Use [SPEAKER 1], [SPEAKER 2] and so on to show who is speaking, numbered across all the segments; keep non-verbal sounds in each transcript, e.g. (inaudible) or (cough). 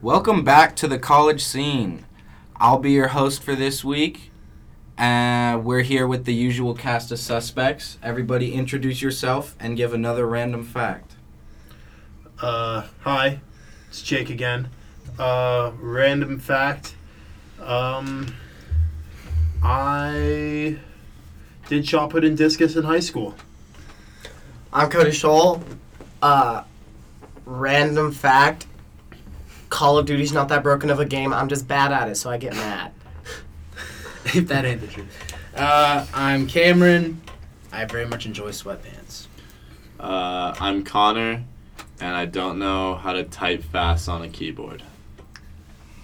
[SPEAKER 1] Welcome back to the college scene. I'll be your host for this week. Uh, we're here with the usual cast of suspects. Everybody introduce yourself and give another random fact.
[SPEAKER 2] Uh, hi, it's Jake again. Uh, random fact. Um, I did shot put and discus in high school.
[SPEAKER 3] I'm Cody Scholl. Uh, random fact Call of Duty's not that broken of a game. I'm just bad at it, so I get mad.
[SPEAKER 4] (laughs) if that ain't the truth. Uh, I'm Cameron. I very much enjoy sweatpants.
[SPEAKER 5] Uh, I'm Connor, and I don't know how to type fast on a keyboard.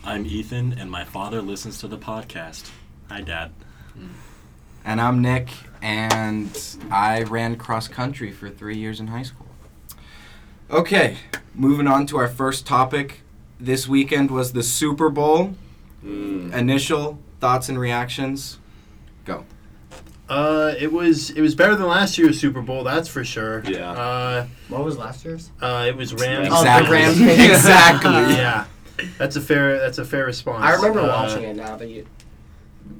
[SPEAKER 6] I'm Ethan, and my father listens to the podcast. Hi, Dad.
[SPEAKER 1] And I'm Nick, and I ran cross country for three years in high school. Okay, moving on to our first topic. This weekend was the Super Bowl.
[SPEAKER 3] Hmm.
[SPEAKER 5] Mm.
[SPEAKER 1] Initial thoughts and reactions.
[SPEAKER 2] Uh, it was it was better than last year's Super Bowl, that's for sure.
[SPEAKER 5] Yeah.
[SPEAKER 2] Uh,
[SPEAKER 3] What was last year's?
[SPEAKER 2] uh, it was Rams.
[SPEAKER 3] Oh,
[SPEAKER 1] Exactly.
[SPEAKER 3] the
[SPEAKER 1] (laughs)
[SPEAKER 3] Rams. (laughs)
[SPEAKER 4] (laughs)
[SPEAKER 3] exactly.
[SPEAKER 2] yeah, that's a fair that's a fair response.
[SPEAKER 3] I remember
[SPEAKER 2] Uh,
[SPEAKER 3] watching it now that you.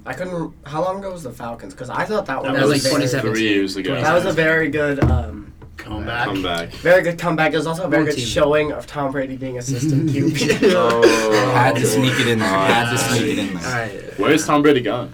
[SPEAKER 3] I couldn't. rem- How long ago was the Falcons? Because I thought that,
[SPEAKER 2] That
[SPEAKER 3] was,
[SPEAKER 2] was
[SPEAKER 3] a
[SPEAKER 2] like
[SPEAKER 3] very-
[SPEAKER 4] 27.
[SPEAKER 5] Three years ago.
[SPEAKER 3] That was a very good, um,
[SPEAKER 2] Comeback.
[SPEAKER 5] comeback.
[SPEAKER 3] very good comeback. It was also a very
[SPEAKER 4] Wrong
[SPEAKER 3] good
[SPEAKER 4] team.
[SPEAKER 3] showing of Tom Brady being assistant (laughs) QB.
[SPEAKER 1] Oh,
[SPEAKER 3] Oh.
[SPEAKER 1] Had to sneak it in there. Had to
[SPEAKER 2] Yeah.
[SPEAKER 1] sneak it in there.
[SPEAKER 4] Alright.
[SPEAKER 5] Where's Tom Brady going?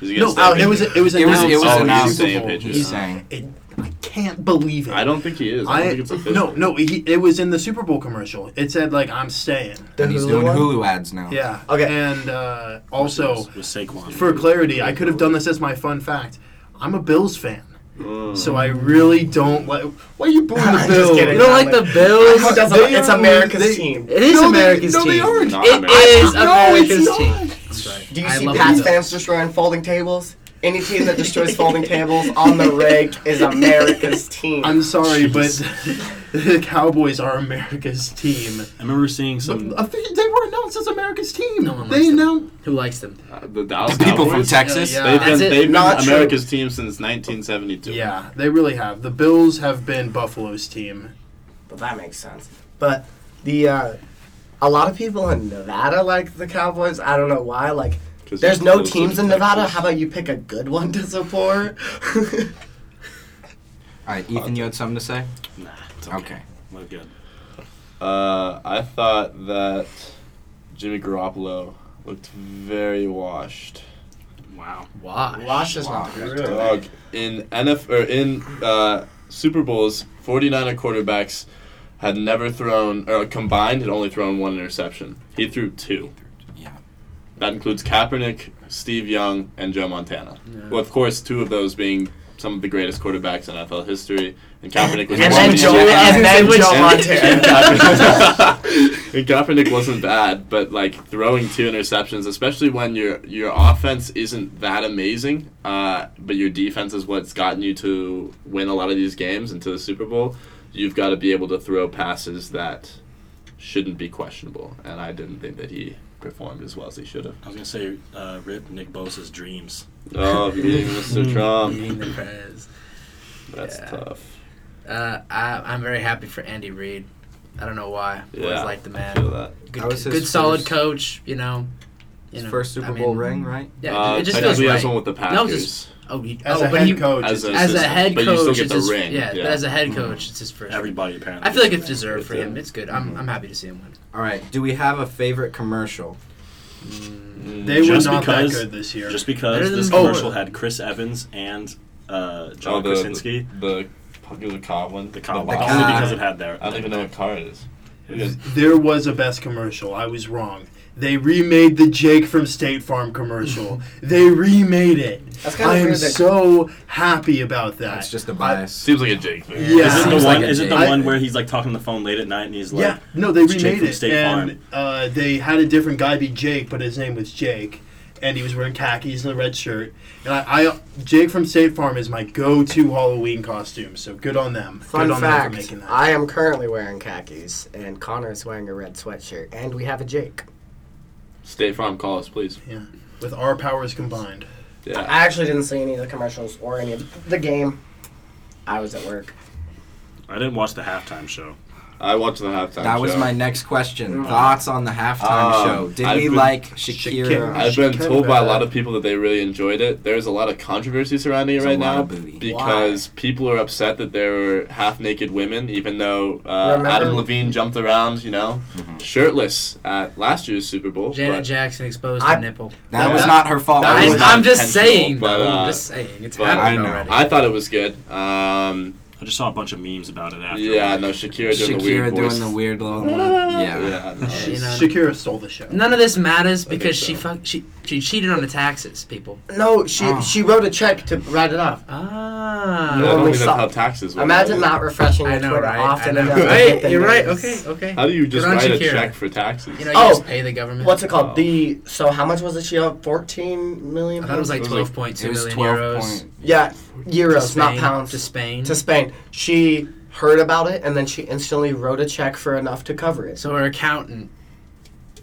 [SPEAKER 5] Is he
[SPEAKER 2] No,
[SPEAKER 5] gonna stay
[SPEAKER 2] uh,
[SPEAKER 5] in
[SPEAKER 2] it was
[SPEAKER 5] Pittsburgh?
[SPEAKER 2] it was
[SPEAKER 1] It was-
[SPEAKER 2] announced.
[SPEAKER 1] it was
[SPEAKER 2] Oh,
[SPEAKER 1] announced.
[SPEAKER 2] Super Bowl.
[SPEAKER 5] Same picture.
[SPEAKER 1] He's saying.
[SPEAKER 2] It, I can't believe it.
[SPEAKER 5] I don't think he is. I,
[SPEAKER 2] I,
[SPEAKER 5] don't think it's official.
[SPEAKER 2] no no he, it was in the Super Bowl commercial. It said like I'm staying.
[SPEAKER 3] The
[SPEAKER 1] And he's
[SPEAKER 3] Hulu
[SPEAKER 1] doing
[SPEAKER 3] one?
[SPEAKER 1] Hulu ads now.
[SPEAKER 2] Yeah.
[SPEAKER 3] Okay.
[SPEAKER 2] And uh, also
[SPEAKER 6] with Saquon.
[SPEAKER 2] for clarity, I could have done this as my fun fact. I'm a Bills fan,
[SPEAKER 5] Mm.
[SPEAKER 2] so I really don't like. Why are you booing the
[SPEAKER 3] I'm just
[SPEAKER 2] Bills?
[SPEAKER 3] kidding.
[SPEAKER 4] You don't like the
[SPEAKER 3] Who
[SPEAKER 4] Bills?
[SPEAKER 3] doesn't-
[SPEAKER 2] They
[SPEAKER 3] it's
[SPEAKER 2] are-
[SPEAKER 3] America's
[SPEAKER 2] they-
[SPEAKER 3] team.
[SPEAKER 4] It is
[SPEAKER 2] No, they-
[SPEAKER 4] America's
[SPEAKER 2] no, they
[SPEAKER 4] team.
[SPEAKER 2] aren't.
[SPEAKER 5] Not
[SPEAKER 4] It
[SPEAKER 5] American.
[SPEAKER 4] is America's team.
[SPEAKER 3] Do you
[SPEAKER 4] I
[SPEAKER 3] see
[SPEAKER 4] love
[SPEAKER 3] Pats
[SPEAKER 4] Lizzo.
[SPEAKER 3] fans destroying folding tables? Any team that destroys folding tables on the reg is America's team.
[SPEAKER 2] I'm sorry, but (laughs) the Cowboys are America's team.
[SPEAKER 6] I remember seeing some.
[SPEAKER 2] I think they were announced as America's team.
[SPEAKER 4] No one likes
[SPEAKER 2] they
[SPEAKER 4] them.
[SPEAKER 2] announced.
[SPEAKER 4] Who likes them?
[SPEAKER 5] Uh, the Dallas
[SPEAKER 1] People from
[SPEAKER 5] Cowboys?
[SPEAKER 1] Texas.
[SPEAKER 2] Yeah,
[SPEAKER 5] They've
[SPEAKER 2] yeah.
[SPEAKER 5] been,
[SPEAKER 4] That's it.
[SPEAKER 5] they've been
[SPEAKER 3] Not true.
[SPEAKER 5] America's team since 1972.
[SPEAKER 2] Yeah, they really have. The Bills have been Buffalo's team.
[SPEAKER 3] But that makes sense. But the uh, a lot of people in Nevada like the Cowboys. I don't know why. Like,
[SPEAKER 5] 'Cause
[SPEAKER 3] there's
[SPEAKER 5] it's
[SPEAKER 3] no
[SPEAKER 5] closer
[SPEAKER 3] teams
[SPEAKER 5] to
[SPEAKER 3] in Nevada.
[SPEAKER 5] Texas.
[SPEAKER 3] How about you pick a good one to support?
[SPEAKER 1] All right, Ethan, you had something to say?
[SPEAKER 6] Nah, it's
[SPEAKER 1] Okay.
[SPEAKER 6] We're good.
[SPEAKER 5] Uh, I thought that Jimmy Garoppolo looked very washed.
[SPEAKER 6] Wow.
[SPEAKER 4] Why?
[SPEAKER 3] Wash is not good.
[SPEAKER 5] Dog, in NF or in uh, Super Bowls, 49er quarterbacks had never thrown or combined had only thrown one interception. He threw two.
[SPEAKER 1] Yeah.
[SPEAKER 5] That includes Kaepernick, Steve Young, and Joe Montana. Well, of course, two of those being some of the greatest quarterbacks in NFL history, and Kaepernick was
[SPEAKER 3] And
[SPEAKER 5] one
[SPEAKER 3] then
[SPEAKER 5] of the-
[SPEAKER 3] Joe, and then Joe
[SPEAKER 5] and, and,
[SPEAKER 3] Montana.
[SPEAKER 5] Kaepernick,
[SPEAKER 4] (laughs)
[SPEAKER 5] and Kaepernick wasn't bad, but like throwing two interceptions, especially when your your offense isn't that amazing, uh, but your defense is what's gotten you to win a lot of these games and to the Super Bowl. You've got to be able to throw passes that shouldn't be questionable, and I didn't think that he performed as well as he should have.
[SPEAKER 6] I was gonna say, uh, rip Nick Bosa's dreams.
[SPEAKER 5] Oh, beating Mr. Trump,
[SPEAKER 4] Eating the prez.
[SPEAKER 5] that's
[SPEAKER 4] Mm. Yeah.
[SPEAKER 5] tough.
[SPEAKER 4] Uh, I, I'm very happy for Andy Reid. I don't know why. I
[SPEAKER 5] Yeah,
[SPEAKER 4] Always like the
[SPEAKER 5] I feel
[SPEAKER 4] man.
[SPEAKER 5] that.
[SPEAKER 4] Good,
[SPEAKER 1] That was his
[SPEAKER 4] good solid
[SPEAKER 1] first-
[SPEAKER 4] coach. You know. You
[SPEAKER 1] His
[SPEAKER 4] know,
[SPEAKER 1] first
[SPEAKER 4] I
[SPEAKER 1] Super
[SPEAKER 4] mean,
[SPEAKER 1] Bowl ring, right?
[SPEAKER 4] Yeah,
[SPEAKER 5] uh,
[SPEAKER 4] it just
[SPEAKER 5] technically
[SPEAKER 4] feels
[SPEAKER 5] he has
[SPEAKER 4] right.
[SPEAKER 5] one with the
[SPEAKER 4] No,
[SPEAKER 5] Packers.
[SPEAKER 4] it's just- Oh, he,
[SPEAKER 2] As
[SPEAKER 4] oh,
[SPEAKER 2] a
[SPEAKER 4] but
[SPEAKER 2] head
[SPEAKER 4] he,
[SPEAKER 2] coach,
[SPEAKER 5] as a-
[SPEAKER 2] it's-
[SPEAKER 4] as a
[SPEAKER 5] assistant,
[SPEAKER 4] head
[SPEAKER 5] but
[SPEAKER 4] coach,
[SPEAKER 5] you still get
[SPEAKER 4] it's
[SPEAKER 5] the
[SPEAKER 4] his-
[SPEAKER 5] ring,
[SPEAKER 4] Yeah,
[SPEAKER 5] yeah. Mm-hmm.
[SPEAKER 4] but as a head coach, it's his first.
[SPEAKER 6] Everybody apparently.
[SPEAKER 4] I feel like it's deserved for
[SPEAKER 5] It's
[SPEAKER 4] him.
[SPEAKER 5] a-
[SPEAKER 4] It's good. I'm, I'm happy to see him win.
[SPEAKER 1] All right. Do we have a favorite commercial?
[SPEAKER 2] They
[SPEAKER 6] Just
[SPEAKER 2] were not
[SPEAKER 6] because-
[SPEAKER 2] that good this year.
[SPEAKER 6] just
[SPEAKER 4] Better
[SPEAKER 6] because
[SPEAKER 4] than
[SPEAKER 6] this
[SPEAKER 4] before.
[SPEAKER 6] commercial had Chris Evans and uh, John
[SPEAKER 5] Oh, the,
[SPEAKER 6] Krasinski,
[SPEAKER 5] The, popular car one.
[SPEAKER 6] the cop,
[SPEAKER 5] The
[SPEAKER 1] cop.
[SPEAKER 6] only
[SPEAKER 1] car.
[SPEAKER 6] because it had their.
[SPEAKER 5] I don't even know what car it is. Because
[SPEAKER 2] There was a best commercial. I was wrong. They remade the Jake from State Farm commercial. they remade it.
[SPEAKER 3] That's kind
[SPEAKER 2] I
[SPEAKER 3] of
[SPEAKER 2] am
[SPEAKER 3] weird. That,
[SPEAKER 2] so happy about that.
[SPEAKER 1] That's just a bias.
[SPEAKER 5] seems like a Jake thing.
[SPEAKER 2] Yeah.
[SPEAKER 6] Is it the
[SPEAKER 1] Seems like
[SPEAKER 6] one?
[SPEAKER 1] a
[SPEAKER 6] Is it the
[SPEAKER 2] Jake.
[SPEAKER 6] one where he's like talking on the phone late at night and he's like,
[SPEAKER 2] yeah, no, they
[SPEAKER 6] it's Jake
[SPEAKER 2] remade
[SPEAKER 6] from
[SPEAKER 2] it,
[SPEAKER 6] State
[SPEAKER 2] and
[SPEAKER 6] Farm.
[SPEAKER 2] uh, they had a different guy be Jake, but his name was Jake, and he was wearing khakis and a red shirt. And I, I Jake from State Farm is my go-to Halloween costume, so good on them. good
[SPEAKER 3] fun
[SPEAKER 2] on them for
[SPEAKER 3] fact:
[SPEAKER 2] making that.
[SPEAKER 3] I am currently wearing khakis, and Connor is wearing a red sweatshirt, and we have a Jake.
[SPEAKER 5] State Farm, call us, please.
[SPEAKER 2] yeah, with our powers combined.
[SPEAKER 5] Yeah.
[SPEAKER 3] I actually didn't see any of the commercials or any of the game. I was at work.
[SPEAKER 6] I didn't watch the halftime show.
[SPEAKER 5] I watched the halftime.
[SPEAKER 1] That was
[SPEAKER 5] show.
[SPEAKER 1] my next question. Thoughts on the halftime
[SPEAKER 5] Um,
[SPEAKER 1] show? Did
[SPEAKER 5] I've
[SPEAKER 1] we
[SPEAKER 5] been-
[SPEAKER 1] like Shakira?
[SPEAKER 2] Shakira.
[SPEAKER 5] I've been
[SPEAKER 2] Shakira.
[SPEAKER 5] told by a lot of people that they really enjoyed it. There's a lot of controversy surrounding it
[SPEAKER 1] There's a
[SPEAKER 5] right
[SPEAKER 1] lot
[SPEAKER 5] now
[SPEAKER 1] of booty.
[SPEAKER 5] because people are upset that there were half naked women, even though uh,
[SPEAKER 3] Remember-
[SPEAKER 5] Adam Levine jumped around, you know, shirtless at last year's Super Bowl.
[SPEAKER 4] Janet
[SPEAKER 5] but-
[SPEAKER 4] Jackson exposed
[SPEAKER 3] I-
[SPEAKER 4] her nipple.
[SPEAKER 1] That
[SPEAKER 2] That
[SPEAKER 1] was
[SPEAKER 2] was-
[SPEAKER 1] not her fault.
[SPEAKER 2] that
[SPEAKER 4] I,
[SPEAKER 2] was
[SPEAKER 4] I'm just
[SPEAKER 5] intentional,
[SPEAKER 4] saying,
[SPEAKER 5] but,
[SPEAKER 4] though.
[SPEAKER 5] uh,
[SPEAKER 4] I'm just saying. It's
[SPEAKER 5] but
[SPEAKER 4] happened
[SPEAKER 1] I know.
[SPEAKER 4] already.
[SPEAKER 5] I thought it was good. Um,
[SPEAKER 6] I just saw a bunch of memes about it after.
[SPEAKER 5] yeah, no, Shakira doing
[SPEAKER 1] Shakira
[SPEAKER 5] the weird voice.
[SPEAKER 1] doing the weird little. Yeah.
[SPEAKER 5] yeah, no.
[SPEAKER 4] You know.
[SPEAKER 2] Shakira stole the show.
[SPEAKER 4] None of this matters
[SPEAKER 5] think
[SPEAKER 4] because she
[SPEAKER 5] so.
[SPEAKER 4] fuck she she cheated on the taxes, people.
[SPEAKER 3] No, she
[SPEAKER 1] Oh.
[SPEAKER 3] she wrote a check to write it off.
[SPEAKER 4] Ah.
[SPEAKER 5] I don't
[SPEAKER 3] Normally
[SPEAKER 5] think that's
[SPEAKER 3] suck.
[SPEAKER 5] how taxes work.
[SPEAKER 3] Imagine not refreshing your
[SPEAKER 4] I know,
[SPEAKER 3] Twitter
[SPEAKER 4] right?
[SPEAKER 3] often
[SPEAKER 4] I know.
[SPEAKER 3] enough. to get
[SPEAKER 4] Right,
[SPEAKER 3] the
[SPEAKER 4] you're right. Okay,
[SPEAKER 3] news.
[SPEAKER 4] okay.
[SPEAKER 5] How do you just
[SPEAKER 4] Good on
[SPEAKER 5] write a
[SPEAKER 4] Shakira.
[SPEAKER 5] check for taxes?
[SPEAKER 4] You know, you
[SPEAKER 3] Oh.
[SPEAKER 4] just pay the government.
[SPEAKER 3] What's it called?
[SPEAKER 5] Oh.
[SPEAKER 3] The so how much was it? She owed fourteen
[SPEAKER 4] I
[SPEAKER 3] million.
[SPEAKER 4] thought it was
[SPEAKER 5] It
[SPEAKER 4] like
[SPEAKER 5] was like-
[SPEAKER 4] twelve point
[SPEAKER 1] It
[SPEAKER 4] two
[SPEAKER 1] was
[SPEAKER 4] million
[SPEAKER 1] twelve
[SPEAKER 4] euros.
[SPEAKER 1] point.
[SPEAKER 3] yeah, euros,
[SPEAKER 4] to
[SPEAKER 3] not
[SPEAKER 4] Spain-
[SPEAKER 3] pounds.
[SPEAKER 4] To Spain.
[SPEAKER 3] to Spain. She heard about it and then she instantly wrote a check for enough to cover it.
[SPEAKER 4] so her accountant.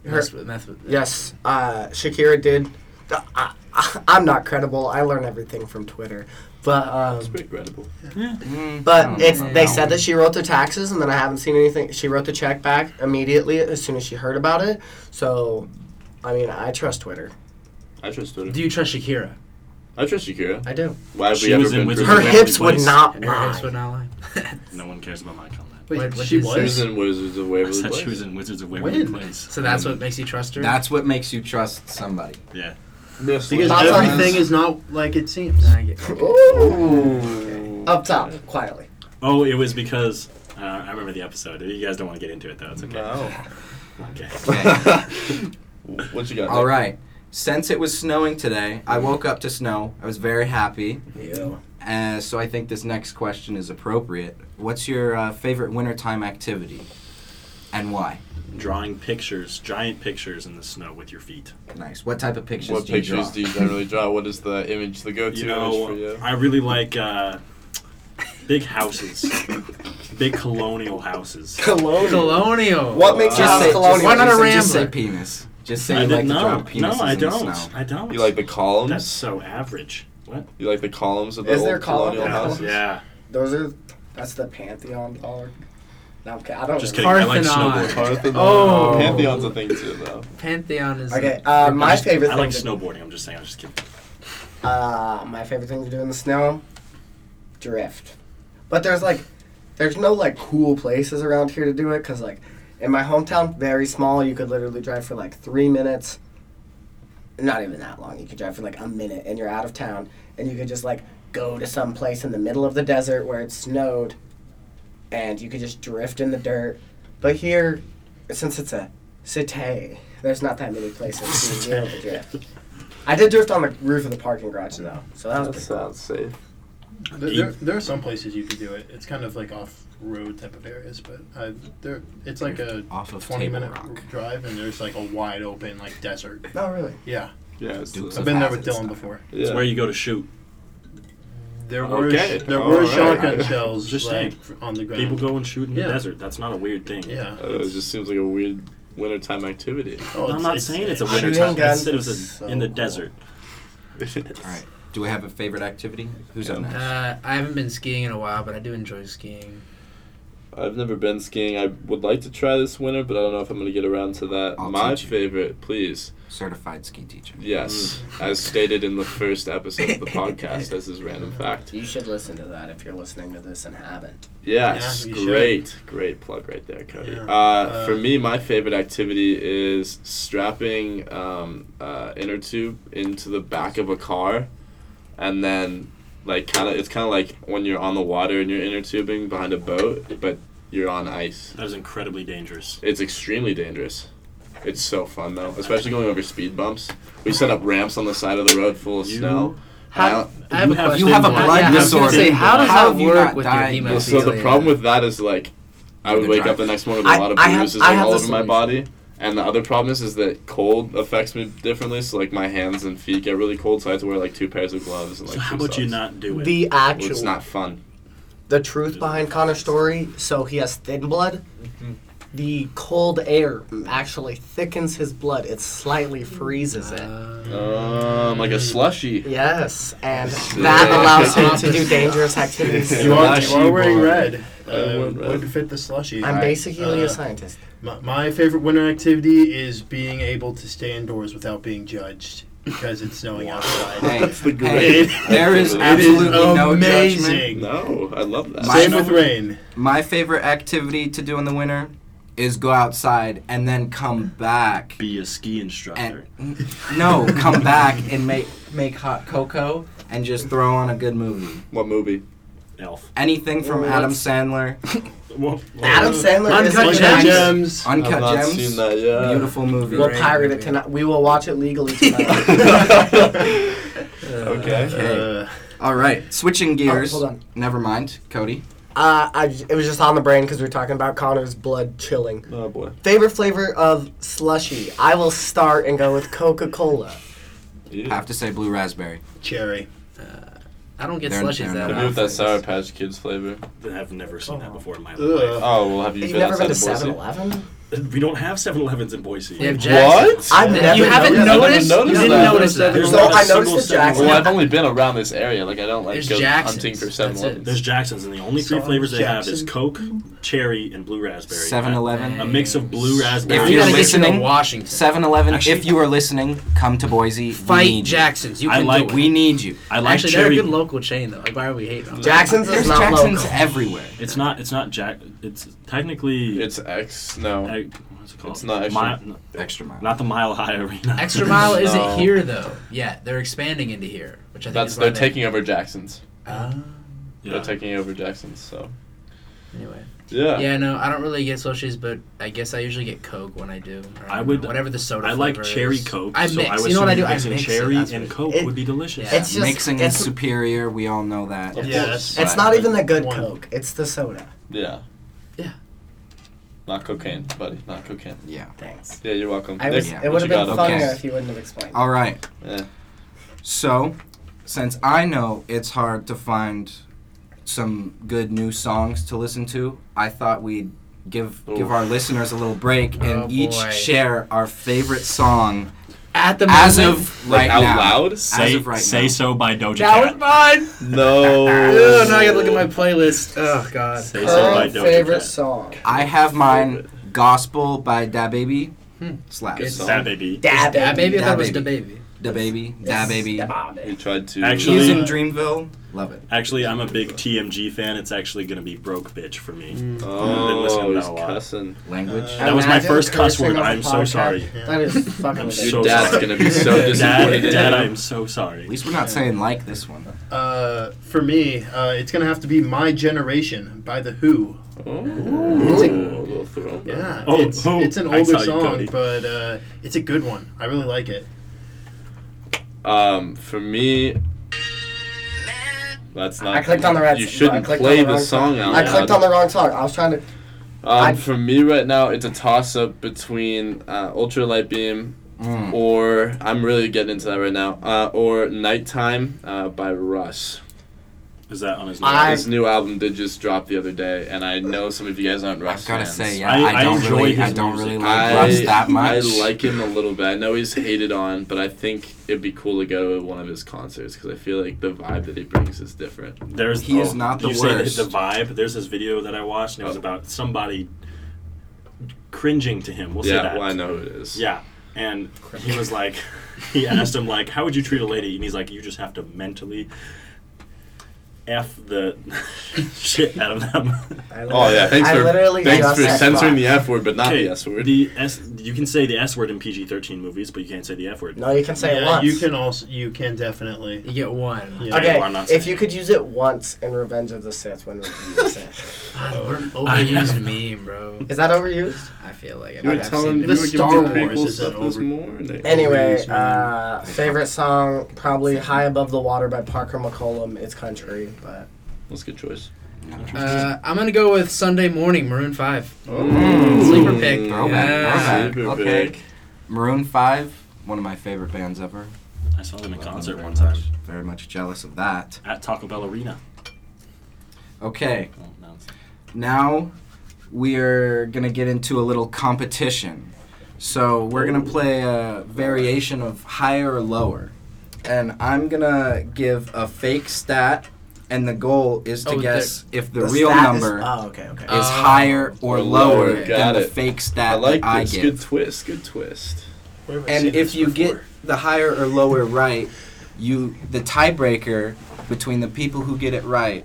[SPEAKER 3] Her-
[SPEAKER 4] messed with- messed with-
[SPEAKER 3] Yes, uh, Shakira did. I, I, I'm not credible. I learn everything from Twitter, but
[SPEAKER 5] It's
[SPEAKER 3] um,
[SPEAKER 5] pretty credible.
[SPEAKER 1] Mm,
[SPEAKER 4] Oh,
[SPEAKER 1] I
[SPEAKER 3] but
[SPEAKER 1] don't
[SPEAKER 3] it's
[SPEAKER 1] know.
[SPEAKER 3] they said that she wrote the taxes and then I haven't seen anything. She wrote the check back immediately as soon as she heard about it. So, I mean, I trust Twitter.
[SPEAKER 5] I trust Twitter.
[SPEAKER 4] Do you trust Shakira?
[SPEAKER 5] I trust Shakira.
[SPEAKER 3] I do.
[SPEAKER 5] Why have
[SPEAKER 6] She
[SPEAKER 5] we ever
[SPEAKER 6] was in
[SPEAKER 5] been
[SPEAKER 6] Wizards
[SPEAKER 5] through
[SPEAKER 3] Her
[SPEAKER 6] of
[SPEAKER 5] that?
[SPEAKER 6] Waverly
[SPEAKER 3] hips would
[SPEAKER 6] Place.
[SPEAKER 3] not
[SPEAKER 4] And her hips
[SPEAKER 3] (laughs)
[SPEAKER 4] would
[SPEAKER 3] lie.
[SPEAKER 4] not lie.
[SPEAKER 6] No one cares about my comment.
[SPEAKER 2] Wait,
[SPEAKER 4] What- what
[SPEAKER 2] she
[SPEAKER 4] is
[SPEAKER 5] She
[SPEAKER 2] was?
[SPEAKER 5] was in Wizards of
[SPEAKER 6] I
[SPEAKER 5] Waverly
[SPEAKER 6] said
[SPEAKER 5] Place.
[SPEAKER 6] she was in Wizards of Waverly
[SPEAKER 2] When?
[SPEAKER 6] Place.
[SPEAKER 4] So that's what makes you trust her.
[SPEAKER 1] That's what makes you trust somebody.
[SPEAKER 6] Yeah.
[SPEAKER 5] This
[SPEAKER 2] Because
[SPEAKER 3] Thoughts on
[SPEAKER 2] everything
[SPEAKER 3] this?
[SPEAKER 2] is not like it seems.
[SPEAKER 4] I get-
[SPEAKER 3] Up top, quietly.
[SPEAKER 6] Oh, it was because uh, I remember the episode. You guys don't want to get into it though. It's okay.
[SPEAKER 5] No.
[SPEAKER 6] Okay.
[SPEAKER 5] what you got?
[SPEAKER 1] All right. Since it was snowing today, I woke up to snow. I was very happy. Uh, so I think this next question is appropriate. What's your uh, favorite wintertime activity and why?
[SPEAKER 6] Drawing pictures, giant pictures in the snow with your feet.
[SPEAKER 1] Nice. What type of pictures
[SPEAKER 5] what
[SPEAKER 1] do you
[SPEAKER 5] pictures
[SPEAKER 1] draw?
[SPEAKER 5] do you generally draw? What is the image, the go-to
[SPEAKER 6] You
[SPEAKER 5] image for you?
[SPEAKER 6] know, I really like uh, big houses, big colonial houses.
[SPEAKER 3] Cologne.
[SPEAKER 4] Colonial.
[SPEAKER 3] What makes your
[SPEAKER 5] Just
[SPEAKER 3] house
[SPEAKER 5] say-
[SPEAKER 3] colonial?
[SPEAKER 4] Why not a
[SPEAKER 1] just,
[SPEAKER 4] rambler?
[SPEAKER 1] just say penis. Just say
[SPEAKER 6] I
[SPEAKER 1] you like
[SPEAKER 6] didn't
[SPEAKER 1] to draw
[SPEAKER 6] know.
[SPEAKER 1] penises
[SPEAKER 6] No, I
[SPEAKER 1] in the
[SPEAKER 6] don't.
[SPEAKER 1] snow.
[SPEAKER 6] I don't.
[SPEAKER 5] You like the columns?
[SPEAKER 6] That's so average. What?
[SPEAKER 5] You like the columns of the
[SPEAKER 3] Is
[SPEAKER 5] old
[SPEAKER 3] there column-
[SPEAKER 5] colonial
[SPEAKER 3] Yeah.
[SPEAKER 5] houses?
[SPEAKER 6] Yeah.
[SPEAKER 3] Those are that's the Pantheon dollar. No, okay, I don't.
[SPEAKER 6] Just
[SPEAKER 3] know.
[SPEAKER 6] kidding. I like
[SPEAKER 4] Parthenon.
[SPEAKER 6] snowboarding.
[SPEAKER 5] Parthenon.
[SPEAKER 4] Oh.
[SPEAKER 5] Pantheon's a thing too, though.
[SPEAKER 4] Pantheon is.
[SPEAKER 3] Okay, uh, my favorite
[SPEAKER 6] I
[SPEAKER 3] thing.
[SPEAKER 6] like
[SPEAKER 3] to-
[SPEAKER 6] snowboarding. I'm just saying. I'm just kidding.
[SPEAKER 3] Uh, my favorite thing to do in the snow, drift. But there's like, there's no like cool places around here to do it because like, in my hometown, very small. You could literally drive for like three minutes. Not even that long. You could drive for like a minute, and you're out of town, and you could just like go to some place in the middle of the desert where it snowed, and you could just drift in the dirt. But here, since it's a city, there's not that many places to be able to drift. I did drift on the roof of the parking garage though, so that was
[SPEAKER 5] That
[SPEAKER 3] pretty cool.
[SPEAKER 5] sounds safe.
[SPEAKER 2] There, there, there are some places you could do it. It's kind of like off road type of areas, but uh, there it's like a
[SPEAKER 1] Off of
[SPEAKER 2] twenty
[SPEAKER 1] Table
[SPEAKER 2] minute
[SPEAKER 1] Rock.
[SPEAKER 2] drive, and there's like a wide open like desert.
[SPEAKER 3] No, really.
[SPEAKER 2] Yeah,
[SPEAKER 5] Yeah, it's
[SPEAKER 1] Dukes
[SPEAKER 2] I've
[SPEAKER 1] of
[SPEAKER 5] the,
[SPEAKER 2] been there with
[SPEAKER 1] Hazzard
[SPEAKER 2] Dylan
[SPEAKER 1] style.
[SPEAKER 2] before.
[SPEAKER 6] It's
[SPEAKER 5] yeah.
[SPEAKER 6] where you go to shoot.
[SPEAKER 2] There were
[SPEAKER 5] Okay.
[SPEAKER 2] there
[SPEAKER 5] All
[SPEAKER 2] were
[SPEAKER 5] right.
[SPEAKER 6] (laughs)
[SPEAKER 2] shotgun shells
[SPEAKER 6] Oh, Just
[SPEAKER 2] just like
[SPEAKER 6] saying.
[SPEAKER 2] fr- on the ground.
[SPEAKER 6] People go and shoot in the
[SPEAKER 2] Yeah.
[SPEAKER 6] desert. That's not a weird thing.
[SPEAKER 2] Yeah.
[SPEAKER 5] Uh, it just seems like a weird wintertime activity. (laughs)
[SPEAKER 2] Oh,
[SPEAKER 6] I'm not saying it's a
[SPEAKER 3] Shooting
[SPEAKER 6] winter time. I
[SPEAKER 3] guns
[SPEAKER 6] said it was a,
[SPEAKER 3] is so
[SPEAKER 6] in the
[SPEAKER 3] cool.
[SPEAKER 6] desert.
[SPEAKER 1] All right. Do we have a favorite activity? Who's up
[SPEAKER 5] Yeah.
[SPEAKER 1] next?
[SPEAKER 4] Uh, I haven't been skiing in a while, but I do enjoy skiing.
[SPEAKER 5] I've never been skiing. I would like to try this winter, but I don't know if I'm going to get around to that.
[SPEAKER 1] I'll
[SPEAKER 5] My
[SPEAKER 1] teach you.
[SPEAKER 5] favorite, please.
[SPEAKER 1] Certified ski teacher.
[SPEAKER 5] Yes,
[SPEAKER 1] Mm.
[SPEAKER 5] as stated in the first episode of the podcast, as is random fact.
[SPEAKER 3] You should listen to that if you're listening to this and haven't.
[SPEAKER 5] Yes,
[SPEAKER 2] Yeah, you should.
[SPEAKER 5] great, great plug right there, Cody.
[SPEAKER 2] Yeah.
[SPEAKER 5] Uh, for
[SPEAKER 2] Uh,
[SPEAKER 5] me, my favorite activity is strapping um, uh, inner tube into the back of a car, and then like kind of it's kind of like when you're on the water and you're inner tubing behind a boat, but you're on ice.
[SPEAKER 6] That is incredibly dangerous.
[SPEAKER 5] It's extremely dangerous. It's so fun though, especially going over speed bumps. We set up ramps on the side of the road full of
[SPEAKER 6] You-
[SPEAKER 5] snow. I
[SPEAKER 4] How,
[SPEAKER 5] don't-
[SPEAKER 4] I have
[SPEAKER 6] You
[SPEAKER 4] a
[SPEAKER 6] have
[SPEAKER 4] question.
[SPEAKER 1] You have a
[SPEAKER 6] Yeah,
[SPEAKER 1] blood
[SPEAKER 6] I
[SPEAKER 4] yeah,
[SPEAKER 6] was
[SPEAKER 1] disorder.
[SPEAKER 6] gonna
[SPEAKER 4] Say, how does
[SPEAKER 1] How
[SPEAKER 4] that
[SPEAKER 1] have you
[SPEAKER 4] work
[SPEAKER 1] not
[SPEAKER 4] with
[SPEAKER 1] died?
[SPEAKER 4] your
[SPEAKER 1] Well,
[SPEAKER 4] hemophilia?
[SPEAKER 5] So the problem with that is like, I
[SPEAKER 1] You're
[SPEAKER 5] would
[SPEAKER 1] the
[SPEAKER 5] wake up
[SPEAKER 1] driver.
[SPEAKER 5] the next morning with a
[SPEAKER 3] I-
[SPEAKER 5] lot of
[SPEAKER 3] I have-
[SPEAKER 5] bruises
[SPEAKER 3] I
[SPEAKER 5] like
[SPEAKER 3] have
[SPEAKER 5] all
[SPEAKER 3] the
[SPEAKER 5] over my
[SPEAKER 3] solution.
[SPEAKER 5] body. And the other problem is, is that cold affects me differently. So like my hands and feet get really cold, so I have to wear like two pairs of gloves and like.
[SPEAKER 6] So how
[SPEAKER 5] two
[SPEAKER 6] about you
[SPEAKER 5] socks.
[SPEAKER 6] not do it?
[SPEAKER 3] The
[SPEAKER 5] Well,
[SPEAKER 3] actual,
[SPEAKER 5] it's not fun.
[SPEAKER 2] Mm-hmm.
[SPEAKER 3] the truth behind Connor's story. So he has thin blood. the cold air actually thickens his blood. It slightly freezes it.
[SPEAKER 4] Uh,
[SPEAKER 5] Um, like a slushy.
[SPEAKER 3] Yes, and that allows him to do
[SPEAKER 2] (laughs)
[SPEAKER 3] dangerous activities.
[SPEAKER 2] You are, you
[SPEAKER 5] Slushy
[SPEAKER 2] are wearing
[SPEAKER 5] bar.
[SPEAKER 2] red.
[SPEAKER 5] I
[SPEAKER 2] Uh,
[SPEAKER 5] am wearing
[SPEAKER 2] would
[SPEAKER 5] red.
[SPEAKER 2] fit the slushy.
[SPEAKER 3] I'm basically
[SPEAKER 2] Uh,
[SPEAKER 3] a scientist.
[SPEAKER 2] My, my favorite winter activity is being able to stay indoors without being judged because it's snowing outside.
[SPEAKER 1] (laughs)
[SPEAKER 6] (laughs)
[SPEAKER 1] Hey,
[SPEAKER 5] the
[SPEAKER 1] hey,
[SPEAKER 2] great-
[SPEAKER 1] there is
[SPEAKER 5] It is
[SPEAKER 1] absolutely no judgment.
[SPEAKER 2] amazing.
[SPEAKER 5] No, I love that.
[SPEAKER 1] My
[SPEAKER 2] Same with
[SPEAKER 1] number-
[SPEAKER 2] rain.
[SPEAKER 1] My favorite activity to do in the winter is go outside and then come back.
[SPEAKER 6] Be a ski instructor.
[SPEAKER 1] And no,
[SPEAKER 5] (laughs)
[SPEAKER 1] come back and make make hot cocoa and just throw on a good movie.
[SPEAKER 5] What movie?
[SPEAKER 6] Elf.
[SPEAKER 1] Anything from
[SPEAKER 3] Well,
[SPEAKER 1] Adam
[SPEAKER 3] that's-
[SPEAKER 1] Sandler,
[SPEAKER 6] Well,
[SPEAKER 3] Adam
[SPEAKER 6] uh,
[SPEAKER 3] Sandler is
[SPEAKER 4] Uncut
[SPEAKER 2] Bunch
[SPEAKER 3] a
[SPEAKER 2] of
[SPEAKER 4] Gems.
[SPEAKER 3] gem.
[SPEAKER 2] gems.
[SPEAKER 1] Uncut
[SPEAKER 5] I've not
[SPEAKER 1] Gems,
[SPEAKER 5] seen that yet.
[SPEAKER 1] beautiful movie.
[SPEAKER 3] We'll
[SPEAKER 4] Great
[SPEAKER 3] pirate it
[SPEAKER 4] movie.
[SPEAKER 3] tonight. We will watch it
[SPEAKER 2] (laughs)
[SPEAKER 3] legally tonight.
[SPEAKER 5] (laughs)
[SPEAKER 3] (laughs)
[SPEAKER 5] Uh, okay.
[SPEAKER 2] Uh,
[SPEAKER 1] All right, switching gears.
[SPEAKER 3] Oh, hold on.
[SPEAKER 1] Never mind, Cody.
[SPEAKER 3] uh, I, j- it was just on the brain because we were talking about Connor's blood chilling.
[SPEAKER 5] Oh boy.
[SPEAKER 3] Favorite flavor of slushy? I will start and go with Coca Cola.
[SPEAKER 5] Ew.
[SPEAKER 1] have to say blue raspberry.
[SPEAKER 2] cherry.
[SPEAKER 4] I don't get
[SPEAKER 1] They're-
[SPEAKER 4] slushies
[SPEAKER 1] they're
[SPEAKER 4] that
[SPEAKER 5] Have
[SPEAKER 1] not
[SPEAKER 5] you with that Sour
[SPEAKER 4] often.
[SPEAKER 5] Patch Kids flavor?
[SPEAKER 6] I've never seen that before in my
[SPEAKER 2] Ugh.
[SPEAKER 5] Oh, well, have you
[SPEAKER 3] You've
[SPEAKER 5] been
[SPEAKER 3] never
[SPEAKER 5] outside
[SPEAKER 3] been to
[SPEAKER 5] of Boise?
[SPEAKER 3] 7 Eleven?
[SPEAKER 6] life. We don't have 7 Elevens in Boise.
[SPEAKER 4] We have
[SPEAKER 5] What?
[SPEAKER 3] I've
[SPEAKER 4] You
[SPEAKER 3] never
[SPEAKER 4] haven't
[SPEAKER 3] noticed.
[SPEAKER 4] noticed?
[SPEAKER 5] I've never
[SPEAKER 4] You
[SPEAKER 5] noticed
[SPEAKER 4] didn't notice
[SPEAKER 5] that.
[SPEAKER 4] that.
[SPEAKER 6] There's
[SPEAKER 3] No,
[SPEAKER 6] not a
[SPEAKER 3] I noticed
[SPEAKER 6] single
[SPEAKER 3] the
[SPEAKER 6] 7-Eleven.
[SPEAKER 3] Jackson.
[SPEAKER 5] Well, I've only been around this area. Like, I don't like
[SPEAKER 4] There's
[SPEAKER 5] go
[SPEAKER 4] Jackson's.
[SPEAKER 5] hunting for
[SPEAKER 4] That's
[SPEAKER 5] 7
[SPEAKER 6] There's Jackson's, and the only three
[SPEAKER 2] Saw
[SPEAKER 6] flavors they have is
[SPEAKER 2] Jackson.
[SPEAKER 6] Coke, cherry, and blue raspberry.
[SPEAKER 1] 7
[SPEAKER 6] A
[SPEAKER 1] Eleven.
[SPEAKER 6] mix of blue raspberry.
[SPEAKER 1] If
[SPEAKER 4] We
[SPEAKER 1] you're
[SPEAKER 4] gotta get you to
[SPEAKER 1] listening,
[SPEAKER 4] Washington.
[SPEAKER 1] 7 Eleven,
[SPEAKER 6] Actually-
[SPEAKER 1] if you are listening, come to Boise. we
[SPEAKER 4] Fight
[SPEAKER 1] need you.
[SPEAKER 4] Jackson's. You
[SPEAKER 6] I
[SPEAKER 4] can
[SPEAKER 6] like-
[SPEAKER 4] do it.
[SPEAKER 1] We need you.
[SPEAKER 6] I like
[SPEAKER 4] Actually,
[SPEAKER 6] cherry.
[SPEAKER 4] they're a good local chain though. Like, why are we hating on them?
[SPEAKER 3] Jackson's
[SPEAKER 1] There's
[SPEAKER 3] is not
[SPEAKER 1] Jackson's
[SPEAKER 3] local.
[SPEAKER 1] everywhere.
[SPEAKER 6] It's not. It's not Jack. It's technically.
[SPEAKER 5] It's X. No.
[SPEAKER 6] I- what's it called?
[SPEAKER 5] It's not
[SPEAKER 6] Mi-
[SPEAKER 5] extra-
[SPEAKER 6] no,
[SPEAKER 1] Extra mile.
[SPEAKER 6] not the Mile High Arena.
[SPEAKER 4] Extra
[SPEAKER 6] (laughs)
[SPEAKER 4] Mile isn't
[SPEAKER 5] No.
[SPEAKER 4] here though. Yeah, they're expanding into here, which I think
[SPEAKER 5] That's
[SPEAKER 4] is why
[SPEAKER 5] they're
[SPEAKER 4] they-
[SPEAKER 5] taking over Jackson's.
[SPEAKER 4] Ah,
[SPEAKER 6] Yeah.
[SPEAKER 5] They're taking over Jackson's. So
[SPEAKER 4] anyway.
[SPEAKER 5] yeah.
[SPEAKER 4] Yeah, no, I don't really get slushies, but I guess I usually get Coke when I do. Or,
[SPEAKER 6] I
[SPEAKER 4] you
[SPEAKER 6] would-
[SPEAKER 4] know, whatever the soda.
[SPEAKER 6] I like
[SPEAKER 4] flavor
[SPEAKER 6] cherry
[SPEAKER 4] is.
[SPEAKER 6] coke.
[SPEAKER 4] I
[SPEAKER 6] so I
[SPEAKER 4] mix.
[SPEAKER 6] would
[SPEAKER 4] you know what I
[SPEAKER 6] assume
[SPEAKER 4] do? I
[SPEAKER 6] Mixing
[SPEAKER 4] mix it,
[SPEAKER 6] cherry
[SPEAKER 4] that's
[SPEAKER 6] and
[SPEAKER 4] what-
[SPEAKER 6] coke
[SPEAKER 3] It-
[SPEAKER 6] would be delicious.
[SPEAKER 4] Yeah.
[SPEAKER 3] It's just
[SPEAKER 1] Mixing
[SPEAKER 3] it's,
[SPEAKER 1] is superior. We all know that.
[SPEAKER 5] Of
[SPEAKER 2] Yes.
[SPEAKER 5] course.
[SPEAKER 3] it's not even the good
[SPEAKER 2] One.
[SPEAKER 3] Coke. It's the soda.
[SPEAKER 5] Yeah.
[SPEAKER 4] Yeah.
[SPEAKER 5] Not cocaine, buddy. Not cocaine.
[SPEAKER 1] Yeah.
[SPEAKER 3] Thanks.
[SPEAKER 5] Yeah, you're welcome.
[SPEAKER 3] I was,
[SPEAKER 1] Yeah,
[SPEAKER 3] it
[SPEAKER 5] what
[SPEAKER 3] would have
[SPEAKER 5] you
[SPEAKER 3] been
[SPEAKER 5] got?
[SPEAKER 1] fun.
[SPEAKER 3] funnier
[SPEAKER 1] Okay.
[SPEAKER 3] if you wouldn't have explained.
[SPEAKER 1] All right.
[SPEAKER 5] Yeah.
[SPEAKER 1] So, since I know it's hard to find some good new songs to listen to, I thought we'd give give
[SPEAKER 5] Oof.
[SPEAKER 1] our listeners a little break and
[SPEAKER 4] Oh,
[SPEAKER 1] each
[SPEAKER 4] boy.
[SPEAKER 1] share our favorite song
[SPEAKER 4] At the
[SPEAKER 1] as
[SPEAKER 4] moment,
[SPEAKER 1] of
[SPEAKER 5] Like
[SPEAKER 1] right
[SPEAKER 5] out
[SPEAKER 1] now.
[SPEAKER 5] loud?
[SPEAKER 1] as
[SPEAKER 6] Say,
[SPEAKER 1] of right
[SPEAKER 6] say
[SPEAKER 1] now.
[SPEAKER 6] so by Doja
[SPEAKER 4] that
[SPEAKER 6] Cat.
[SPEAKER 4] was mine.
[SPEAKER 5] No.
[SPEAKER 4] Oh, now I gotta look at my playlist.
[SPEAKER 2] Uh,
[SPEAKER 4] Oh
[SPEAKER 6] (laughs)
[SPEAKER 4] God.
[SPEAKER 6] Say so by
[SPEAKER 3] Current
[SPEAKER 6] Doja
[SPEAKER 3] favorite
[SPEAKER 6] Cat.
[SPEAKER 3] song.
[SPEAKER 1] I have mine "Gospel" by Da Baby.
[SPEAKER 4] Hmm.
[SPEAKER 5] Good
[SPEAKER 1] Slaps.
[SPEAKER 5] song.
[SPEAKER 6] That baby.
[SPEAKER 3] Dab
[SPEAKER 4] Yeah, maybe I
[SPEAKER 1] that
[SPEAKER 4] thought it was
[SPEAKER 1] baby.
[SPEAKER 4] the baby.
[SPEAKER 1] Da Baby. Da
[SPEAKER 3] Yes,
[SPEAKER 1] Baby.
[SPEAKER 5] We tried to.
[SPEAKER 6] Actually-
[SPEAKER 1] He's in Dreamville. Love it.
[SPEAKER 6] Actually, I'm a big TMG fan. It's actually gonna be broke bitch for me. Been listening to
[SPEAKER 5] oh,
[SPEAKER 6] that
[SPEAKER 5] he's
[SPEAKER 6] a lot.
[SPEAKER 5] cussing.
[SPEAKER 1] Language.
[SPEAKER 4] uh,
[SPEAKER 6] That was my
[SPEAKER 3] Imagine
[SPEAKER 6] first cuss
[SPEAKER 3] cursing
[SPEAKER 6] word.
[SPEAKER 3] on the
[SPEAKER 6] I'm so
[SPEAKER 3] podcast.
[SPEAKER 6] sorry.
[SPEAKER 3] That is fucking
[SPEAKER 6] I'm
[SPEAKER 3] ridiculous.
[SPEAKER 5] Your
[SPEAKER 6] so
[SPEAKER 5] dad's
[SPEAKER 6] sorry.
[SPEAKER 5] gonna be so disappointed.
[SPEAKER 6] Dad,
[SPEAKER 5] in
[SPEAKER 6] Dad,
[SPEAKER 5] you.
[SPEAKER 6] I'm (laughs) so sorry.
[SPEAKER 1] At least we're not saying like this one.
[SPEAKER 2] Uh, for me, uh, it's gonna have to be "My Generation" by the Who.
[SPEAKER 5] Oh,
[SPEAKER 2] It's a-
[SPEAKER 5] a little throwback.
[SPEAKER 2] Yeah,
[SPEAKER 6] Oh,
[SPEAKER 2] it's,
[SPEAKER 6] oh,
[SPEAKER 2] it's an
[SPEAKER 6] I
[SPEAKER 2] older
[SPEAKER 6] saw you,
[SPEAKER 2] song,
[SPEAKER 6] Cody.
[SPEAKER 2] but uh, it's a good one. I really like it.
[SPEAKER 5] Um, for me, that's not.
[SPEAKER 3] I clicked on the red.
[SPEAKER 5] You
[SPEAKER 3] no, I
[SPEAKER 5] shouldn't
[SPEAKER 3] clicked on
[SPEAKER 5] play the
[SPEAKER 3] wrong
[SPEAKER 5] song out
[SPEAKER 3] I
[SPEAKER 5] loud.
[SPEAKER 3] clicked on the wrong song. I was trying to. I-
[SPEAKER 5] Um, for me right now, it's a toss up between uh, Ultra Light Beam
[SPEAKER 1] Mm.
[SPEAKER 5] or I'm really getting into that right now. Uh, or Nighttime uh, by Russ.
[SPEAKER 6] Is that on his?
[SPEAKER 3] I-
[SPEAKER 5] His new album did just drop the other day, and I know some of you guys aren't Russ
[SPEAKER 1] I've gotta
[SPEAKER 5] fans.
[SPEAKER 1] say, yeah, I,
[SPEAKER 6] I- I
[SPEAKER 1] don't
[SPEAKER 6] enjoy
[SPEAKER 1] really,
[SPEAKER 6] his
[SPEAKER 1] I don't
[SPEAKER 6] music.
[SPEAKER 1] really like
[SPEAKER 5] I,
[SPEAKER 1] Russ that much.
[SPEAKER 5] I like him a little bit. I know he's hated on, but I think it'd be cool to go to one of his concerts because I feel like the vibe that he brings is different.
[SPEAKER 6] There's oh,
[SPEAKER 1] He is not the
[SPEAKER 6] you say
[SPEAKER 1] worst.
[SPEAKER 6] the vibe. There's this video that I watched, and it was about somebody cringing to him. We'll say
[SPEAKER 5] yeah,
[SPEAKER 6] that.
[SPEAKER 5] well, I know who it is.
[SPEAKER 6] Yeah, and he was like, (laughs) he asked him like, how would you treat a lady? And he's like, you just have to mentally f the (laughs) shit out of them.
[SPEAKER 3] I
[SPEAKER 5] Oh yeah, thanks
[SPEAKER 3] I
[SPEAKER 5] for
[SPEAKER 3] literally
[SPEAKER 5] thanks
[SPEAKER 3] just
[SPEAKER 5] for
[SPEAKER 3] said
[SPEAKER 5] censoring
[SPEAKER 3] fuck.
[SPEAKER 5] the F word, but not
[SPEAKER 6] Okay,
[SPEAKER 5] the S word.
[SPEAKER 6] The S. You can say the S word in PG-13 movies, but you can't say the F word.
[SPEAKER 3] No, you can say it
[SPEAKER 2] yeah,
[SPEAKER 3] once.
[SPEAKER 2] you can also you can definitely.
[SPEAKER 4] You get one.
[SPEAKER 2] Yeah.
[SPEAKER 3] Okay,
[SPEAKER 6] Yeah, I'm not
[SPEAKER 3] if
[SPEAKER 6] saying
[SPEAKER 3] you
[SPEAKER 6] it.
[SPEAKER 3] could use it once in Revenge of the Sith, when Revenge of the Sith.
[SPEAKER 4] God, what an overused meme, bro.
[SPEAKER 3] Is that (laughs) overused?
[SPEAKER 4] I feel like
[SPEAKER 5] You were
[SPEAKER 3] I've
[SPEAKER 4] I've
[SPEAKER 5] telling
[SPEAKER 4] seen
[SPEAKER 5] you
[SPEAKER 4] it.
[SPEAKER 5] were
[SPEAKER 2] The
[SPEAKER 5] giving
[SPEAKER 2] Star
[SPEAKER 5] me prequel
[SPEAKER 2] Wars is
[SPEAKER 5] stuff
[SPEAKER 2] an
[SPEAKER 5] this
[SPEAKER 2] over-
[SPEAKER 5] morning.
[SPEAKER 3] Anyway,
[SPEAKER 2] Overused, man.
[SPEAKER 3] uh, favorite song probably "High Above the Water" by Parker McCollum. It's country, but
[SPEAKER 5] That's a good choice.
[SPEAKER 4] Uh, I'm gonna go with Sunday Morning, Maroon Five.
[SPEAKER 5] Oh.
[SPEAKER 1] Mm.
[SPEAKER 4] Sleeper pick.
[SPEAKER 1] Throwback,
[SPEAKER 4] Yeah.
[SPEAKER 1] throwback. Okay. Maroon Five, one of my favorite bands ever.
[SPEAKER 6] I saw them in
[SPEAKER 1] I'm
[SPEAKER 6] concert
[SPEAKER 1] very
[SPEAKER 6] one time
[SPEAKER 1] much- Very much jealous of that.
[SPEAKER 6] at Taco Bell Arena.
[SPEAKER 1] Okay,
[SPEAKER 6] Oh, no.
[SPEAKER 1] now we're gonna get into a little competition. So we're gonna play a variation of higher or lower, and I'm gonna give a fake stat, and the goal is to
[SPEAKER 4] Oh, the-
[SPEAKER 1] guess if the,
[SPEAKER 3] The
[SPEAKER 1] real
[SPEAKER 3] stat is-
[SPEAKER 1] number is,
[SPEAKER 3] oh, okay, okay.
[SPEAKER 4] Uh,
[SPEAKER 1] higher or
[SPEAKER 5] Or
[SPEAKER 1] lower,
[SPEAKER 5] lower,
[SPEAKER 1] than
[SPEAKER 5] got
[SPEAKER 1] the
[SPEAKER 5] it.
[SPEAKER 1] fake stat
[SPEAKER 5] I like
[SPEAKER 1] that I
[SPEAKER 5] this.
[SPEAKER 1] give.
[SPEAKER 5] Good twist. Good twist.
[SPEAKER 2] Where have I seen
[SPEAKER 1] And if
[SPEAKER 2] this
[SPEAKER 1] you
[SPEAKER 2] before?
[SPEAKER 1] get the higher or lower right, you the tiebreaker between the people who get it right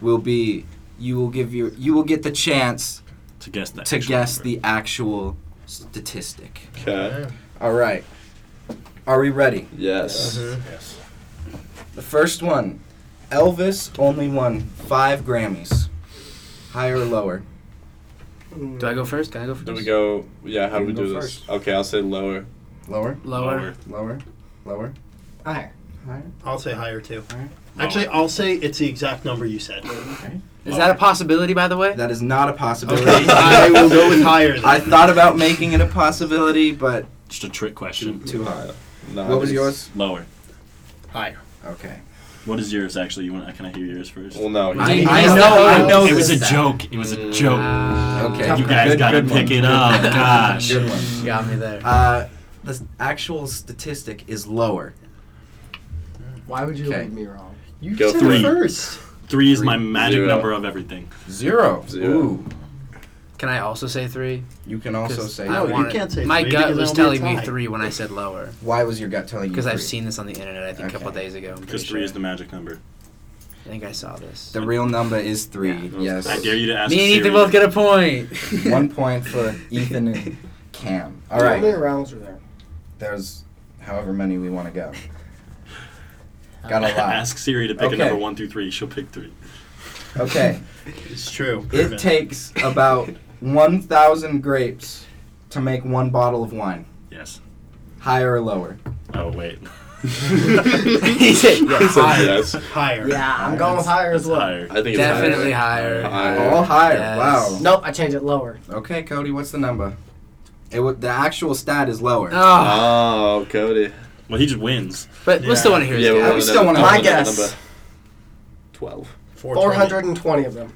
[SPEAKER 1] will be you will give your you will get the chance
[SPEAKER 6] to guess that.
[SPEAKER 1] to guess the actual statistic.
[SPEAKER 5] Okay.
[SPEAKER 1] All right. Are we ready?
[SPEAKER 5] Yes.
[SPEAKER 6] Yes.
[SPEAKER 1] The first one. Elvis only won 5 Grammys. Higher or lower?
[SPEAKER 4] Do I go first? Can I go first?
[SPEAKER 5] Do we go? Yeah. How do
[SPEAKER 1] You
[SPEAKER 5] we
[SPEAKER 1] can
[SPEAKER 5] do
[SPEAKER 1] go
[SPEAKER 5] this? Okay, I'll say lower.
[SPEAKER 1] Lower?
[SPEAKER 4] Lower.
[SPEAKER 1] Lower? Lower?
[SPEAKER 3] Higher.
[SPEAKER 2] I'll say higher too.
[SPEAKER 1] Alright.
[SPEAKER 2] Actually, I'll say it's the exact number you said.
[SPEAKER 4] Is that a possibility, by the way?
[SPEAKER 1] That is not a possibility. (laughs)
[SPEAKER 2] Okay, I will go with higher. Then.
[SPEAKER 1] I thought about making it a possibility, but
[SPEAKER 6] Just a trick question.
[SPEAKER 1] too high.
[SPEAKER 5] No,
[SPEAKER 1] What was
[SPEAKER 5] it's-
[SPEAKER 1] yours?
[SPEAKER 6] Lower.
[SPEAKER 4] Higher.
[SPEAKER 1] Okay.
[SPEAKER 6] What is yours actually? You want? Can I hear yours first?
[SPEAKER 5] Well, no.
[SPEAKER 4] I-
[SPEAKER 5] he-
[SPEAKER 4] I know- I know
[SPEAKER 6] it was
[SPEAKER 4] this
[SPEAKER 6] a
[SPEAKER 4] stat.
[SPEAKER 6] joke. It was a joke.
[SPEAKER 4] Um,
[SPEAKER 1] Okay.
[SPEAKER 6] you guys
[SPEAKER 1] Good-
[SPEAKER 6] gotta
[SPEAKER 1] good
[SPEAKER 6] pick
[SPEAKER 1] one.
[SPEAKER 6] it up. Gosh.
[SPEAKER 1] Good one.
[SPEAKER 4] Got me there.
[SPEAKER 1] Uh, the s- actual statistic is lower.
[SPEAKER 3] Why would you
[SPEAKER 1] Okay.
[SPEAKER 3] lead me wrong?
[SPEAKER 2] You
[SPEAKER 5] Go
[SPEAKER 2] said
[SPEAKER 5] three.
[SPEAKER 2] first.
[SPEAKER 6] Three is my
[SPEAKER 1] Three.
[SPEAKER 6] magic
[SPEAKER 5] Zero.
[SPEAKER 6] number of everything.
[SPEAKER 1] Zero.
[SPEAKER 5] Zero.
[SPEAKER 1] Ooh.
[SPEAKER 4] Can I also say three?
[SPEAKER 1] You can also
[SPEAKER 4] 'Cause
[SPEAKER 1] say.
[SPEAKER 4] I
[SPEAKER 2] No,
[SPEAKER 1] three.
[SPEAKER 2] you
[SPEAKER 4] wanted-
[SPEAKER 2] can't say
[SPEAKER 4] My
[SPEAKER 2] three
[SPEAKER 4] gut
[SPEAKER 2] because
[SPEAKER 4] was
[SPEAKER 2] that'll be a
[SPEAKER 4] telling me
[SPEAKER 2] tie.
[SPEAKER 4] three when I said lower
[SPEAKER 1] Why was your gut telling you?
[SPEAKER 4] because I've
[SPEAKER 1] three?
[SPEAKER 4] seen this on the internet. I think a couple
[SPEAKER 1] Okay.
[SPEAKER 4] days ago. I'm
[SPEAKER 6] Because
[SPEAKER 4] pretty
[SPEAKER 6] three
[SPEAKER 4] sure.
[SPEAKER 6] is the magic number.
[SPEAKER 4] I think I saw this.
[SPEAKER 1] The real number is three.
[SPEAKER 5] Yeah.
[SPEAKER 1] Yes.
[SPEAKER 6] I dare you to ask.
[SPEAKER 4] Me and Ethan
[SPEAKER 6] Siri.
[SPEAKER 4] both get a point.
[SPEAKER 1] (laughs) One point for Ethan and Cam. All
[SPEAKER 3] How many
[SPEAKER 1] right.
[SPEAKER 3] rounds were there?
[SPEAKER 1] There's however many we want to go. Got
[SPEAKER 6] (laughs)
[SPEAKER 1] a lot.
[SPEAKER 6] Ask Siri to pick
[SPEAKER 1] Okay.
[SPEAKER 6] a number one through three. She'll pick three.
[SPEAKER 1] Okay.
[SPEAKER 2] It's true. Proven.
[SPEAKER 1] It takes
[SPEAKER 2] (laughs)
[SPEAKER 1] about one thousand grapes to make one bottle of wine.
[SPEAKER 6] Yes.
[SPEAKER 1] Higher or lower?
[SPEAKER 6] Oh wait. (laughs)
[SPEAKER 4] he said
[SPEAKER 5] I
[SPEAKER 4] yes.
[SPEAKER 5] said
[SPEAKER 2] Higher.
[SPEAKER 5] yes.
[SPEAKER 2] higher.
[SPEAKER 3] Yeah, I'm going with higher as
[SPEAKER 6] That's
[SPEAKER 3] well.
[SPEAKER 6] higher.
[SPEAKER 5] I think it's higher.
[SPEAKER 4] Definitely higher.
[SPEAKER 5] Higher.
[SPEAKER 1] All higher.
[SPEAKER 4] Yes.
[SPEAKER 1] Wow.
[SPEAKER 3] Nope, I changed it lower.
[SPEAKER 1] Okay, Cody, what's the number? It wa the actual stat is lower.
[SPEAKER 4] Oh,
[SPEAKER 5] Oh, Cody.
[SPEAKER 6] Well, he just wins.
[SPEAKER 4] but
[SPEAKER 2] Yeah.
[SPEAKER 4] we still want to hear
[SPEAKER 5] but
[SPEAKER 4] his
[SPEAKER 5] what
[SPEAKER 1] we
[SPEAKER 4] guess.
[SPEAKER 5] was
[SPEAKER 1] still
[SPEAKER 5] that-
[SPEAKER 1] wanna-
[SPEAKER 5] what
[SPEAKER 3] My
[SPEAKER 5] was that
[SPEAKER 3] guess.
[SPEAKER 5] number? Twelve.
[SPEAKER 3] 420 of them.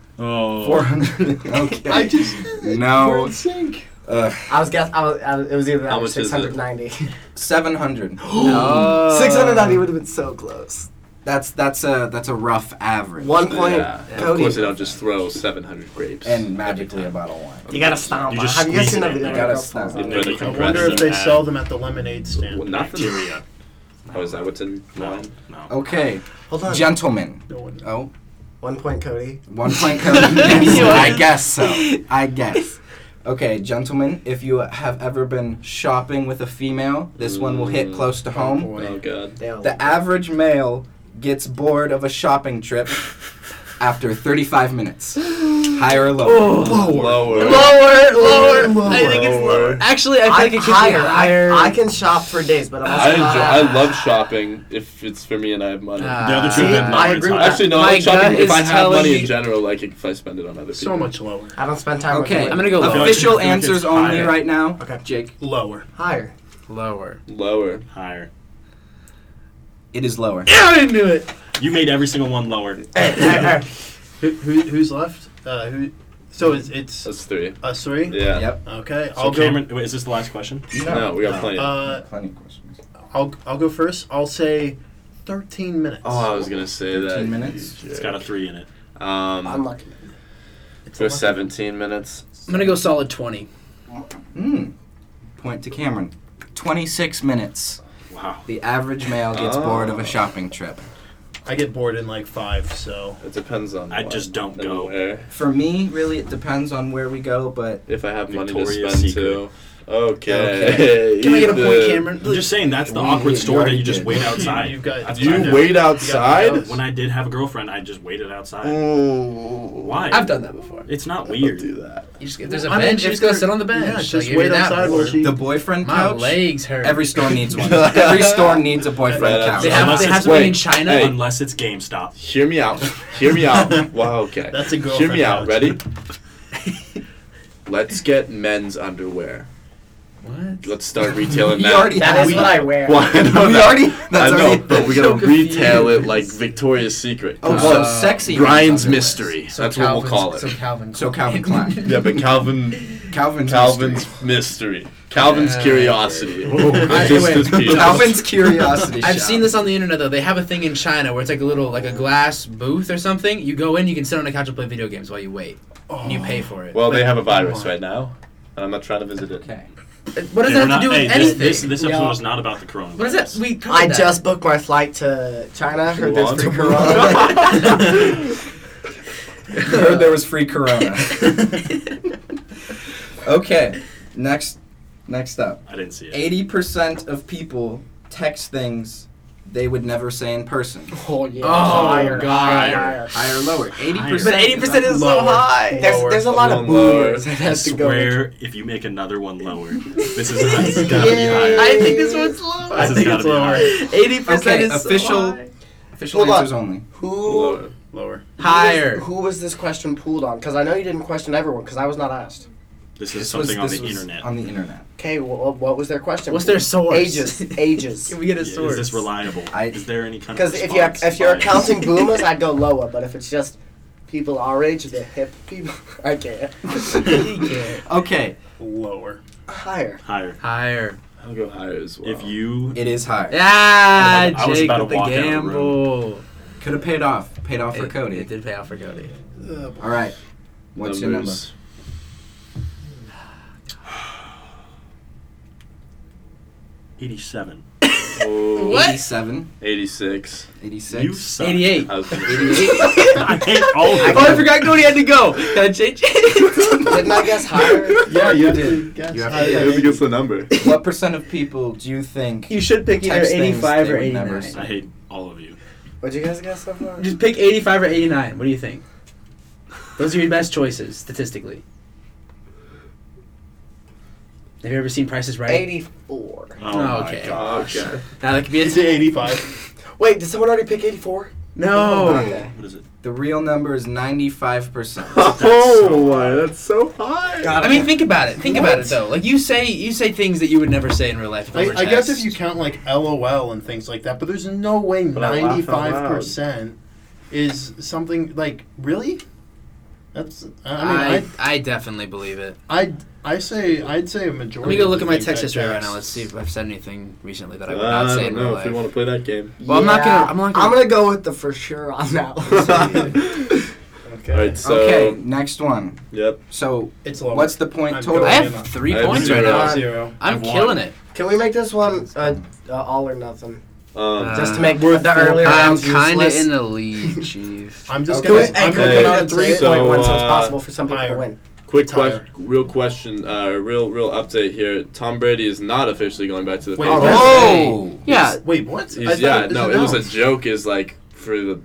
[SPEAKER 2] (laughs)
[SPEAKER 6] Oh.
[SPEAKER 1] 400. Okay.
[SPEAKER 2] I just we're
[SPEAKER 1] no.
[SPEAKER 2] in sync.
[SPEAKER 1] Uh,
[SPEAKER 3] I was guess. I was, I was, it was either that
[SPEAKER 5] How
[SPEAKER 3] or
[SPEAKER 5] much is
[SPEAKER 3] (laughs)
[SPEAKER 5] it?
[SPEAKER 3] 690.
[SPEAKER 2] (gasps)
[SPEAKER 1] 700.
[SPEAKER 4] Oh.
[SPEAKER 3] 690 would have been so close.
[SPEAKER 1] That's that's a that's a rough average.
[SPEAKER 3] One point,
[SPEAKER 5] Yeah. Of
[SPEAKER 3] Cody.
[SPEAKER 5] course, they don't just throw 700 grapes.
[SPEAKER 1] and magically a bottle of wine.
[SPEAKER 3] You gotta stomp.
[SPEAKER 6] You
[SPEAKER 3] on it.
[SPEAKER 6] just
[SPEAKER 3] Have you guys
[SPEAKER 6] squeeze
[SPEAKER 3] seen
[SPEAKER 6] it
[SPEAKER 3] that
[SPEAKER 6] in
[SPEAKER 3] video?
[SPEAKER 6] there.
[SPEAKER 3] where a
[SPEAKER 1] Gotta
[SPEAKER 3] girl
[SPEAKER 1] stomp.
[SPEAKER 3] falls
[SPEAKER 5] Even
[SPEAKER 3] off?
[SPEAKER 5] though they
[SPEAKER 6] I
[SPEAKER 2] I
[SPEAKER 5] compress
[SPEAKER 2] wonder if
[SPEAKER 5] it.
[SPEAKER 2] they
[SPEAKER 6] Add-
[SPEAKER 2] sell them at the lemonade stand.
[SPEAKER 5] Well, nothing.
[SPEAKER 6] Bacteria.
[SPEAKER 5] Oh, is that what's in
[SPEAKER 6] No.
[SPEAKER 5] wine?
[SPEAKER 6] No.
[SPEAKER 1] Okay,
[SPEAKER 3] Hold on.
[SPEAKER 1] gentlemen.
[SPEAKER 2] No one-
[SPEAKER 1] Oh,
[SPEAKER 3] One point, Cody.
[SPEAKER 1] one
[SPEAKER 6] (laughs)
[SPEAKER 1] point. Cody. I guess so. I guess. Okay, gentlemen, if you have ever been shopping with a female, this one will hit close to home.
[SPEAKER 5] Oh, God.
[SPEAKER 3] They all-
[SPEAKER 1] The average male gets bored of a shopping trip after 35 minutes. Higher or lower?
[SPEAKER 5] Oh. Lower.
[SPEAKER 4] Lower,
[SPEAKER 3] Lower,
[SPEAKER 4] lower,
[SPEAKER 3] lower.
[SPEAKER 4] I think it's lower. Actually, I
[SPEAKER 3] I,
[SPEAKER 4] think it could
[SPEAKER 3] higher.
[SPEAKER 4] be higher.
[SPEAKER 3] I, I can shop for days, but I'm also
[SPEAKER 5] I enjoy.
[SPEAKER 3] not-
[SPEAKER 5] I love shopping if it's for me and I have money.
[SPEAKER 4] Ah.
[SPEAKER 6] The other two
[SPEAKER 3] See,
[SPEAKER 6] have
[SPEAKER 3] I
[SPEAKER 6] numbers
[SPEAKER 3] agree with
[SPEAKER 6] higher.
[SPEAKER 3] that.
[SPEAKER 5] Actually, no.
[SPEAKER 4] My
[SPEAKER 5] I'm shopping
[SPEAKER 4] gut
[SPEAKER 5] if
[SPEAKER 4] is
[SPEAKER 5] I have
[SPEAKER 4] telling
[SPEAKER 5] money
[SPEAKER 4] you-
[SPEAKER 5] in general. Like if I spend it on other people.
[SPEAKER 2] So much lower.
[SPEAKER 3] I don't spend time.
[SPEAKER 1] Okay,
[SPEAKER 3] with
[SPEAKER 1] I'm
[SPEAKER 4] gonna go
[SPEAKER 6] lower.
[SPEAKER 1] Official
[SPEAKER 6] I feel like it's
[SPEAKER 1] answers only
[SPEAKER 6] higher.
[SPEAKER 1] right now.
[SPEAKER 3] Okay.
[SPEAKER 1] Jake,
[SPEAKER 3] (laughs)
[SPEAKER 2] Lower.
[SPEAKER 3] higher.
[SPEAKER 4] lower.
[SPEAKER 5] lower.
[SPEAKER 6] Higher.
[SPEAKER 1] it is lower.
[SPEAKER 4] Yeah, I didn't do it.
[SPEAKER 6] You made every single one lower.
[SPEAKER 3] Hey, hey, hey.
[SPEAKER 2] Who, who who's left? Uh, who? So it's it's
[SPEAKER 5] That's three.
[SPEAKER 2] us three.
[SPEAKER 5] Yeah.
[SPEAKER 1] Yep.
[SPEAKER 2] Okay.
[SPEAKER 6] So
[SPEAKER 2] I'll go.
[SPEAKER 6] Cameron, wait, is this the last question?
[SPEAKER 5] No, we got plenty.
[SPEAKER 2] Uh,
[SPEAKER 1] Plenty of questions.
[SPEAKER 2] I'll I'll go first. I'll say thirteen minutes.
[SPEAKER 5] oh, I was gonna say that.
[SPEAKER 1] 15 minutes?
[SPEAKER 6] It's got a three in it.
[SPEAKER 3] I'm
[SPEAKER 5] Um,
[SPEAKER 3] lucky.
[SPEAKER 2] It's
[SPEAKER 5] for
[SPEAKER 2] a lot.
[SPEAKER 5] 17 minutes.
[SPEAKER 4] I'm gonna go solid twenty.
[SPEAKER 1] Hmm. Point to Cameron. 26 minutes.
[SPEAKER 6] Wow.
[SPEAKER 1] The average male gets
[SPEAKER 5] Oh.
[SPEAKER 1] bored of a shopping trip.
[SPEAKER 2] I get bored in like five. So
[SPEAKER 5] It depends on.
[SPEAKER 6] I
[SPEAKER 5] what
[SPEAKER 6] just don't
[SPEAKER 5] and
[SPEAKER 6] go.
[SPEAKER 5] Where.
[SPEAKER 1] For me, really, it depends on where we go, but
[SPEAKER 5] If I have money to
[SPEAKER 6] Victoria's
[SPEAKER 5] spend
[SPEAKER 6] Secret.
[SPEAKER 5] too. Okay.
[SPEAKER 4] Can I get a point,
[SPEAKER 5] Ethan.
[SPEAKER 4] Cameron?
[SPEAKER 6] I'm just saying that's the
[SPEAKER 1] We-
[SPEAKER 6] awkward store that you just
[SPEAKER 1] we-
[SPEAKER 6] wait
[SPEAKER 2] You,
[SPEAKER 6] outside.
[SPEAKER 2] guys,
[SPEAKER 6] That's what I
[SPEAKER 5] You
[SPEAKER 6] do.
[SPEAKER 5] wait outside.
[SPEAKER 6] When I did have a girlfriend, I just waited outside. Why?
[SPEAKER 4] I've done that before.
[SPEAKER 6] It's not
[SPEAKER 5] Don't
[SPEAKER 6] weird.
[SPEAKER 5] do that.
[SPEAKER 4] You just get, there's a
[SPEAKER 2] I mean,
[SPEAKER 4] bench. You
[SPEAKER 2] if
[SPEAKER 4] just go
[SPEAKER 2] they're-
[SPEAKER 4] sit on the bench.
[SPEAKER 2] yeah,
[SPEAKER 4] Like,
[SPEAKER 2] just
[SPEAKER 4] you're
[SPEAKER 2] wait
[SPEAKER 4] that
[SPEAKER 2] outside while
[SPEAKER 4] bored.
[SPEAKER 2] she-
[SPEAKER 1] the boyfriend
[SPEAKER 4] My
[SPEAKER 1] couch.
[SPEAKER 4] legs hurt.
[SPEAKER 1] Every store needs
[SPEAKER 5] (laughs)
[SPEAKER 1] one. Every store needs a boyfriend
[SPEAKER 5] Right,
[SPEAKER 1] couch.
[SPEAKER 4] (laughs) they have,
[SPEAKER 6] Unless
[SPEAKER 4] they have
[SPEAKER 5] it's-
[SPEAKER 4] something in
[SPEAKER 5] wait,
[SPEAKER 4] China.
[SPEAKER 5] hey.
[SPEAKER 6] Unless it's GameStop.
[SPEAKER 5] Hear me out. Hear me out. Wow, okay.
[SPEAKER 2] That's a
[SPEAKER 5] Hear
[SPEAKER 2] girlfriend
[SPEAKER 5] me out.
[SPEAKER 2] couch.
[SPEAKER 5] Ready? Let's get men's underwear.
[SPEAKER 4] What?
[SPEAKER 5] Let's start retailing
[SPEAKER 1] You
[SPEAKER 5] (laughs) that.
[SPEAKER 1] already
[SPEAKER 3] That is
[SPEAKER 1] We-
[SPEAKER 3] what I wear.
[SPEAKER 5] Well, I know
[SPEAKER 1] We
[SPEAKER 5] that.
[SPEAKER 1] already-
[SPEAKER 5] I
[SPEAKER 1] that's
[SPEAKER 5] know,
[SPEAKER 1] already-
[SPEAKER 5] but we gotta
[SPEAKER 4] So
[SPEAKER 5] retail it
[SPEAKER 4] confused.
[SPEAKER 5] like Victoria's Secret.
[SPEAKER 1] Oh,
[SPEAKER 5] Uh,
[SPEAKER 1] so sexy.
[SPEAKER 5] Brian's
[SPEAKER 1] Calvin's-
[SPEAKER 5] mystery. That's what we'll call it.
[SPEAKER 4] So Calvin.
[SPEAKER 1] So Calvin
[SPEAKER 4] (laughs)
[SPEAKER 1] Klein.
[SPEAKER 5] yeah, but Calvin,
[SPEAKER 1] (laughs) Calvin's
[SPEAKER 5] Calvin's
[SPEAKER 1] mystery.
[SPEAKER 5] mystery, Calvin's
[SPEAKER 4] Yeah.
[SPEAKER 5] curiosity.
[SPEAKER 4] I-
[SPEAKER 5] Just
[SPEAKER 4] wait.
[SPEAKER 5] his penis.
[SPEAKER 1] Calvin's curiosity.
[SPEAKER 4] I've
[SPEAKER 1] shop.
[SPEAKER 4] seen this on the internet though. They have a thing in China where it's like a little like a glass booth or something. You go in, you can sit on a couch and play video games while you wait, and you pay for it.
[SPEAKER 5] Well, they have a virus
[SPEAKER 2] Come on.
[SPEAKER 5] right now, and I'm not trying to visit it.
[SPEAKER 1] Okay.
[SPEAKER 4] what does
[SPEAKER 6] Okay,
[SPEAKER 4] that
[SPEAKER 6] we're
[SPEAKER 4] have
[SPEAKER 6] not-
[SPEAKER 4] to do with
[SPEAKER 6] hey,
[SPEAKER 4] anything?
[SPEAKER 6] This, this, this episode
[SPEAKER 3] Yeah.
[SPEAKER 6] is not about the coronavirus.
[SPEAKER 4] what is that? We covered
[SPEAKER 3] I
[SPEAKER 4] that.
[SPEAKER 3] just booked my flight to China. Heard there's free corona.
[SPEAKER 5] Wuhan. (laughs)
[SPEAKER 1] You heard there was free Corona. (laughs) okay. Next. Next up.
[SPEAKER 6] I didn't see it.
[SPEAKER 1] Eighty percent of people text things they would never say in person.
[SPEAKER 3] oh yeah.
[SPEAKER 4] Oh, God.
[SPEAKER 3] higher.
[SPEAKER 1] Higher or lower? Eighty
[SPEAKER 4] But
[SPEAKER 1] percent.
[SPEAKER 4] eighty percent is so
[SPEAKER 2] Lower.
[SPEAKER 4] high.
[SPEAKER 3] There's, there's a lot of
[SPEAKER 5] Lower.
[SPEAKER 3] boomers that
[SPEAKER 6] I
[SPEAKER 3] has to go. into-
[SPEAKER 6] swear, if you make another one lower, this is this has gotta be
[SPEAKER 3] Yay.
[SPEAKER 6] higher.
[SPEAKER 4] I think this one's lower.
[SPEAKER 6] This
[SPEAKER 2] I
[SPEAKER 6] has
[SPEAKER 2] think
[SPEAKER 6] gotta
[SPEAKER 2] it's
[SPEAKER 6] be
[SPEAKER 2] lower.
[SPEAKER 6] higher.
[SPEAKER 4] Eighty percent
[SPEAKER 1] Okay,
[SPEAKER 4] is so
[SPEAKER 1] official-
[SPEAKER 4] high.
[SPEAKER 1] Official
[SPEAKER 3] Hold on.
[SPEAKER 1] answers only.
[SPEAKER 3] Who
[SPEAKER 2] Lower.
[SPEAKER 4] higher.
[SPEAKER 3] Who was this question pooled on? Because I know you didn't question everyone. Because I was not asked.
[SPEAKER 6] This is
[SPEAKER 1] This
[SPEAKER 6] something
[SPEAKER 1] was, this
[SPEAKER 6] on the
[SPEAKER 1] was
[SPEAKER 6] internet.
[SPEAKER 1] On the
[SPEAKER 4] (laughs)
[SPEAKER 1] internet.
[SPEAKER 3] Okay, well, what was their question?
[SPEAKER 4] What's their source? (laughs)
[SPEAKER 3] Ages. Ages.
[SPEAKER 4] Can we get a
[SPEAKER 6] Yeah,
[SPEAKER 4] source?
[SPEAKER 6] is this reliable?
[SPEAKER 1] I-
[SPEAKER 6] is there any kind of
[SPEAKER 3] Because if you
[SPEAKER 6] response
[SPEAKER 3] if you're
[SPEAKER 6] by-
[SPEAKER 3] counting boomers, I'd go lower. But if it's just people our age, the hip people, (laughs) I can't.
[SPEAKER 1] Okay.
[SPEAKER 2] Lower.
[SPEAKER 3] Higher.
[SPEAKER 6] (laughs) higher?
[SPEAKER 4] Higher.
[SPEAKER 5] I'll go higher as well.
[SPEAKER 6] If you
[SPEAKER 1] It is high.
[SPEAKER 4] Yeah,
[SPEAKER 6] I was- I was
[SPEAKER 4] Ah, Jake
[SPEAKER 6] about to
[SPEAKER 4] with the
[SPEAKER 6] walk out of the
[SPEAKER 4] gamble.
[SPEAKER 1] Could have paid off. Paid off for
[SPEAKER 4] It-
[SPEAKER 1] Cody.
[SPEAKER 4] It did pay off for Cody.
[SPEAKER 1] All right. What's
[SPEAKER 5] Numbers.
[SPEAKER 6] eighty-seven.
[SPEAKER 5] Oh,
[SPEAKER 1] your number?
[SPEAKER 4] What?
[SPEAKER 1] 87,
[SPEAKER 5] 86.
[SPEAKER 1] 86.
[SPEAKER 6] You
[SPEAKER 4] (laughs)
[SPEAKER 6] suck.
[SPEAKER 4] Eighty-eight.
[SPEAKER 5] I was gonna say-
[SPEAKER 1] 88.
[SPEAKER 6] (laughs) I hate all of
[SPEAKER 4] Oh, I
[SPEAKER 6] them.
[SPEAKER 4] forgot Cody had to (laughs) go. Can I change it?
[SPEAKER 3] Didn't I guess higher?
[SPEAKER 5] Yeah, you have
[SPEAKER 1] did.
[SPEAKER 5] to
[SPEAKER 2] Guess
[SPEAKER 1] You have
[SPEAKER 5] Yeah,
[SPEAKER 1] to-
[SPEAKER 5] you have to guess the number.
[SPEAKER 1] what percent of people do you think
[SPEAKER 4] you should pick either
[SPEAKER 1] Text things
[SPEAKER 4] 85 or
[SPEAKER 1] they would never
[SPEAKER 4] 89.
[SPEAKER 1] say.
[SPEAKER 6] I hate all of you.
[SPEAKER 3] What'd you guys guess so far?
[SPEAKER 4] Just pick 85 or 89. What do you think? Those are your best choices statistically. Have you ever seen Prices Right?
[SPEAKER 3] Eighty-four.
[SPEAKER 6] Oh,
[SPEAKER 4] Okay.
[SPEAKER 6] my gosh.
[SPEAKER 5] Okay.
[SPEAKER 4] Now that could be
[SPEAKER 2] Is
[SPEAKER 4] a
[SPEAKER 2] it 85?
[SPEAKER 3] Wait, did someone already pick eighty-four? Oh,
[SPEAKER 4] no.
[SPEAKER 3] Okay.
[SPEAKER 6] What is it?
[SPEAKER 1] The real number is 95%.
[SPEAKER 6] so high.
[SPEAKER 5] that's so high.
[SPEAKER 1] God,
[SPEAKER 4] I mean, think about it. Think about it though. Like you say, you say things that you would never say in real life.
[SPEAKER 2] I,
[SPEAKER 4] over
[SPEAKER 2] I guess
[SPEAKER 4] text.
[SPEAKER 2] if you count like LOL and things like that, but there's no way
[SPEAKER 5] But I laugh out loud.
[SPEAKER 2] 95% is something like really. That's I
[SPEAKER 4] I,
[SPEAKER 2] mean
[SPEAKER 4] I definitely believe it.
[SPEAKER 2] I I I say I'd say a majority.
[SPEAKER 4] Let me go
[SPEAKER 2] of
[SPEAKER 4] look
[SPEAKER 2] the
[SPEAKER 4] at my
[SPEAKER 2] things I
[SPEAKER 4] text history right
[SPEAKER 2] text.
[SPEAKER 4] now. Let's see if I've said anything recently that I
[SPEAKER 5] I
[SPEAKER 4] would not say in
[SPEAKER 5] don't know
[SPEAKER 4] real
[SPEAKER 5] if
[SPEAKER 4] life.
[SPEAKER 5] we want to play that
[SPEAKER 4] (laughs)
[SPEAKER 5] game.
[SPEAKER 4] Well, I'm not gonna- I'm not gonna-
[SPEAKER 3] I'm gonna go with the for sure on that
[SPEAKER 4] (laughs)
[SPEAKER 3] one.
[SPEAKER 2] Okay.
[SPEAKER 5] All right, so
[SPEAKER 1] okay, next one.
[SPEAKER 5] yep.
[SPEAKER 1] So,
[SPEAKER 2] It's lower.
[SPEAKER 1] what's the point
[SPEAKER 2] I'm
[SPEAKER 1] total?
[SPEAKER 2] going
[SPEAKER 4] I
[SPEAKER 2] in
[SPEAKER 4] have
[SPEAKER 2] on-
[SPEAKER 4] three
[SPEAKER 5] I have
[SPEAKER 4] points right
[SPEAKER 5] zero.
[SPEAKER 4] now.
[SPEAKER 2] zero.
[SPEAKER 4] I'm
[SPEAKER 6] I've won.
[SPEAKER 4] killing it.
[SPEAKER 3] Can we make this one uh, uh, all or nothing?
[SPEAKER 5] Um,
[SPEAKER 4] Uh,
[SPEAKER 3] Just to make
[SPEAKER 2] we're
[SPEAKER 3] the
[SPEAKER 2] full-
[SPEAKER 3] earlier
[SPEAKER 4] I'm
[SPEAKER 3] rounds
[SPEAKER 4] kind of
[SPEAKER 3] useless.
[SPEAKER 4] in the lead, chief.
[SPEAKER 2] I'm just
[SPEAKER 1] Okay.
[SPEAKER 2] gonna.
[SPEAKER 1] Hey,
[SPEAKER 2] I'm
[SPEAKER 3] I'm
[SPEAKER 5] Okay,
[SPEAKER 2] looking
[SPEAKER 3] on
[SPEAKER 2] at
[SPEAKER 3] a
[SPEAKER 2] three.
[SPEAKER 3] three
[SPEAKER 5] so,
[SPEAKER 3] point one, so it's
[SPEAKER 5] uh,
[SPEAKER 3] possible for some people to
[SPEAKER 2] higher.
[SPEAKER 3] win.
[SPEAKER 5] Quick
[SPEAKER 2] Tyler.
[SPEAKER 5] question, real question, uh, real real update here. Tom Brady is not officially going back to the
[SPEAKER 2] Wait,
[SPEAKER 5] Patriots.
[SPEAKER 2] what?
[SPEAKER 1] Oh!
[SPEAKER 4] Yeah,
[SPEAKER 2] Wait, what? I
[SPEAKER 5] He's,
[SPEAKER 2] thought
[SPEAKER 5] yeah,
[SPEAKER 2] was
[SPEAKER 5] no, it was a
[SPEAKER 2] announced.
[SPEAKER 5] joke. Is like for the.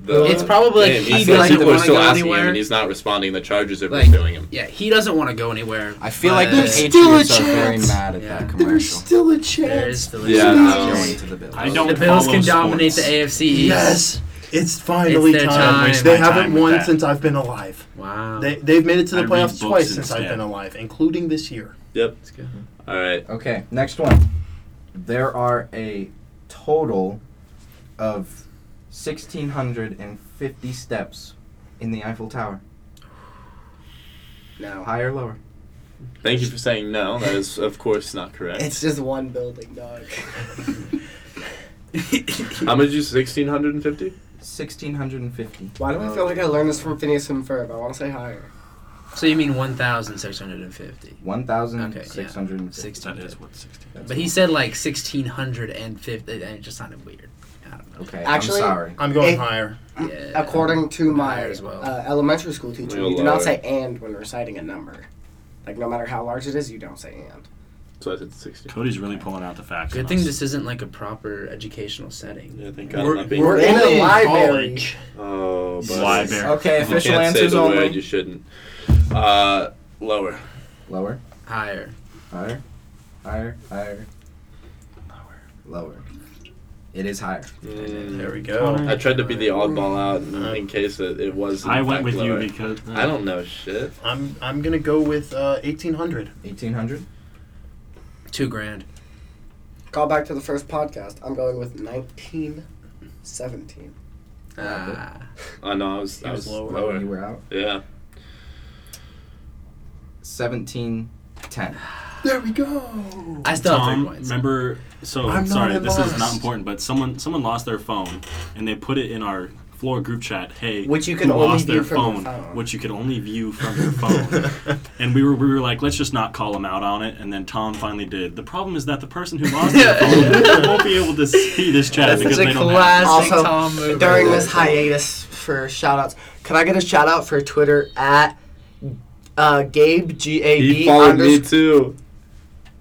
[SPEAKER 5] the
[SPEAKER 4] It's probably like
[SPEAKER 5] game.
[SPEAKER 4] he
[SPEAKER 5] still-
[SPEAKER 4] doesn't
[SPEAKER 5] people are
[SPEAKER 4] wanna
[SPEAKER 5] still
[SPEAKER 4] go
[SPEAKER 5] asking him,
[SPEAKER 4] anywhere.
[SPEAKER 5] and he's not responding. The Chargers are
[SPEAKER 4] Like-
[SPEAKER 5] pursuing him.
[SPEAKER 4] yeah. He doesn't want to go anywhere.
[SPEAKER 1] I feel
[SPEAKER 4] but
[SPEAKER 1] like the
[SPEAKER 3] There's still a
[SPEAKER 1] Patriots are very
[SPEAKER 3] chance.
[SPEAKER 1] mad at
[SPEAKER 4] Yeah.
[SPEAKER 1] that
[SPEAKER 3] There's
[SPEAKER 1] commercial.
[SPEAKER 3] still a
[SPEAKER 4] there
[SPEAKER 3] chance.
[SPEAKER 4] is the
[SPEAKER 5] Yeah,
[SPEAKER 1] It's
[SPEAKER 5] no.
[SPEAKER 1] going to the Bills.
[SPEAKER 6] I don't
[SPEAKER 4] The Bills
[SPEAKER 6] follow
[SPEAKER 4] can dominate
[SPEAKER 6] sports.
[SPEAKER 4] the AFC East.
[SPEAKER 2] Yes, it's finally
[SPEAKER 4] It's their
[SPEAKER 2] time.
[SPEAKER 4] time.
[SPEAKER 2] They
[SPEAKER 6] Waste my time
[SPEAKER 2] haven't
[SPEAKER 6] with
[SPEAKER 2] won
[SPEAKER 6] that.
[SPEAKER 2] since I've been alive.
[SPEAKER 4] Wow.
[SPEAKER 2] They they've made it to the
[SPEAKER 6] I read
[SPEAKER 2] playoffs
[SPEAKER 6] books
[SPEAKER 2] twice since I've
[SPEAKER 6] instead.
[SPEAKER 2] been alive, including this year.
[SPEAKER 5] Yep.
[SPEAKER 4] That's good.
[SPEAKER 5] All right.
[SPEAKER 1] Okay, next one. There are a total of 1,650 steps in the Eiffel Tower.
[SPEAKER 3] No.
[SPEAKER 1] Higher or lower?
[SPEAKER 5] Thank you for saying no. That is, of course, not correct.
[SPEAKER 3] It's just one building, dog.
[SPEAKER 5] How much is sixteen hundred and fifty?
[SPEAKER 1] 1,650.
[SPEAKER 3] Why do I feel like I learned this from Phineas and Ferb? I want to say higher.
[SPEAKER 4] So you mean 1,650?
[SPEAKER 1] 1,650.
[SPEAKER 6] That
[SPEAKER 4] 16.
[SPEAKER 6] is what sixteen.
[SPEAKER 4] But he said like 1,650, and it just sounded weird. I don't know.
[SPEAKER 1] Okay,
[SPEAKER 3] Actually-
[SPEAKER 1] I'm sorry.
[SPEAKER 2] I'm going
[SPEAKER 3] If-
[SPEAKER 2] higher.
[SPEAKER 4] Yeah.
[SPEAKER 3] According to my
[SPEAKER 4] Higher as well.
[SPEAKER 3] uh, elementary school teacher,
[SPEAKER 5] Real
[SPEAKER 3] you do not
[SPEAKER 5] lower.
[SPEAKER 3] say and when reciting a number. Like, no matter how large it is, you don't say and.
[SPEAKER 5] So I said sixty.
[SPEAKER 6] Cody's really pulling out the facts.
[SPEAKER 4] Good
[SPEAKER 6] on
[SPEAKER 4] thing
[SPEAKER 6] us.
[SPEAKER 4] this isn't like a proper educational setting.
[SPEAKER 5] Yeah, thank God.
[SPEAKER 2] We're-
[SPEAKER 5] I'm not being.
[SPEAKER 3] We're in
[SPEAKER 2] only
[SPEAKER 3] a library.
[SPEAKER 2] college.
[SPEAKER 5] oh, but
[SPEAKER 6] Library.
[SPEAKER 1] Okay,
[SPEAKER 5] You
[SPEAKER 1] official
[SPEAKER 5] can't
[SPEAKER 1] answers
[SPEAKER 5] say the
[SPEAKER 1] only.
[SPEAKER 5] word. You shouldn't. Uh, lower.
[SPEAKER 1] Lower,
[SPEAKER 4] Higher.
[SPEAKER 1] higher, higher, higher, lower, lower. It is higher.
[SPEAKER 2] There we go.
[SPEAKER 6] Connor.
[SPEAKER 5] I tried to be the oddball out in,
[SPEAKER 2] Uh,
[SPEAKER 5] in case it, it was. in
[SPEAKER 6] I went
[SPEAKER 5] fact
[SPEAKER 6] with you
[SPEAKER 5] lower.
[SPEAKER 6] because
[SPEAKER 5] I don't know shit.
[SPEAKER 2] I'm I'm gonna go with uh, 1800.
[SPEAKER 1] 1800?
[SPEAKER 4] Two grand.
[SPEAKER 3] Call back to the first podcast. I'm going with 1917.
[SPEAKER 4] Ah.
[SPEAKER 5] Oh no, I was, I was, lower.
[SPEAKER 1] You were out.
[SPEAKER 5] Yeah.
[SPEAKER 1] Seventeen ten.
[SPEAKER 2] There we go.
[SPEAKER 4] I still have
[SPEAKER 6] Tom,
[SPEAKER 4] three points.
[SPEAKER 6] remember? So
[SPEAKER 2] I'm not
[SPEAKER 6] sorry,
[SPEAKER 2] at
[SPEAKER 6] this is
[SPEAKER 2] loss.
[SPEAKER 6] not important, but someone someone lost their phone, and they put it in our floor group chat. Hey,
[SPEAKER 3] Which you
[SPEAKER 6] who
[SPEAKER 3] can only
[SPEAKER 6] lost
[SPEAKER 3] view
[SPEAKER 6] their
[SPEAKER 3] from your
[SPEAKER 6] phone,
[SPEAKER 3] phone.
[SPEAKER 6] which you could only view from your phone. and we were we were like, let's just not call them out on it. And then Tom finally did. The problem is that the person who lost their phone won't be able to see this chat
[SPEAKER 4] That's
[SPEAKER 6] because
[SPEAKER 4] such a
[SPEAKER 6] they don't. Have it.
[SPEAKER 4] classic
[SPEAKER 3] Also,
[SPEAKER 4] Tom move.
[SPEAKER 3] During this hiatus for shout outs, can I get a shout out for Twitter at uh, Gabe, G A
[SPEAKER 5] He
[SPEAKER 3] B
[SPEAKER 5] followed me
[SPEAKER 3] underscore.
[SPEAKER 5] too.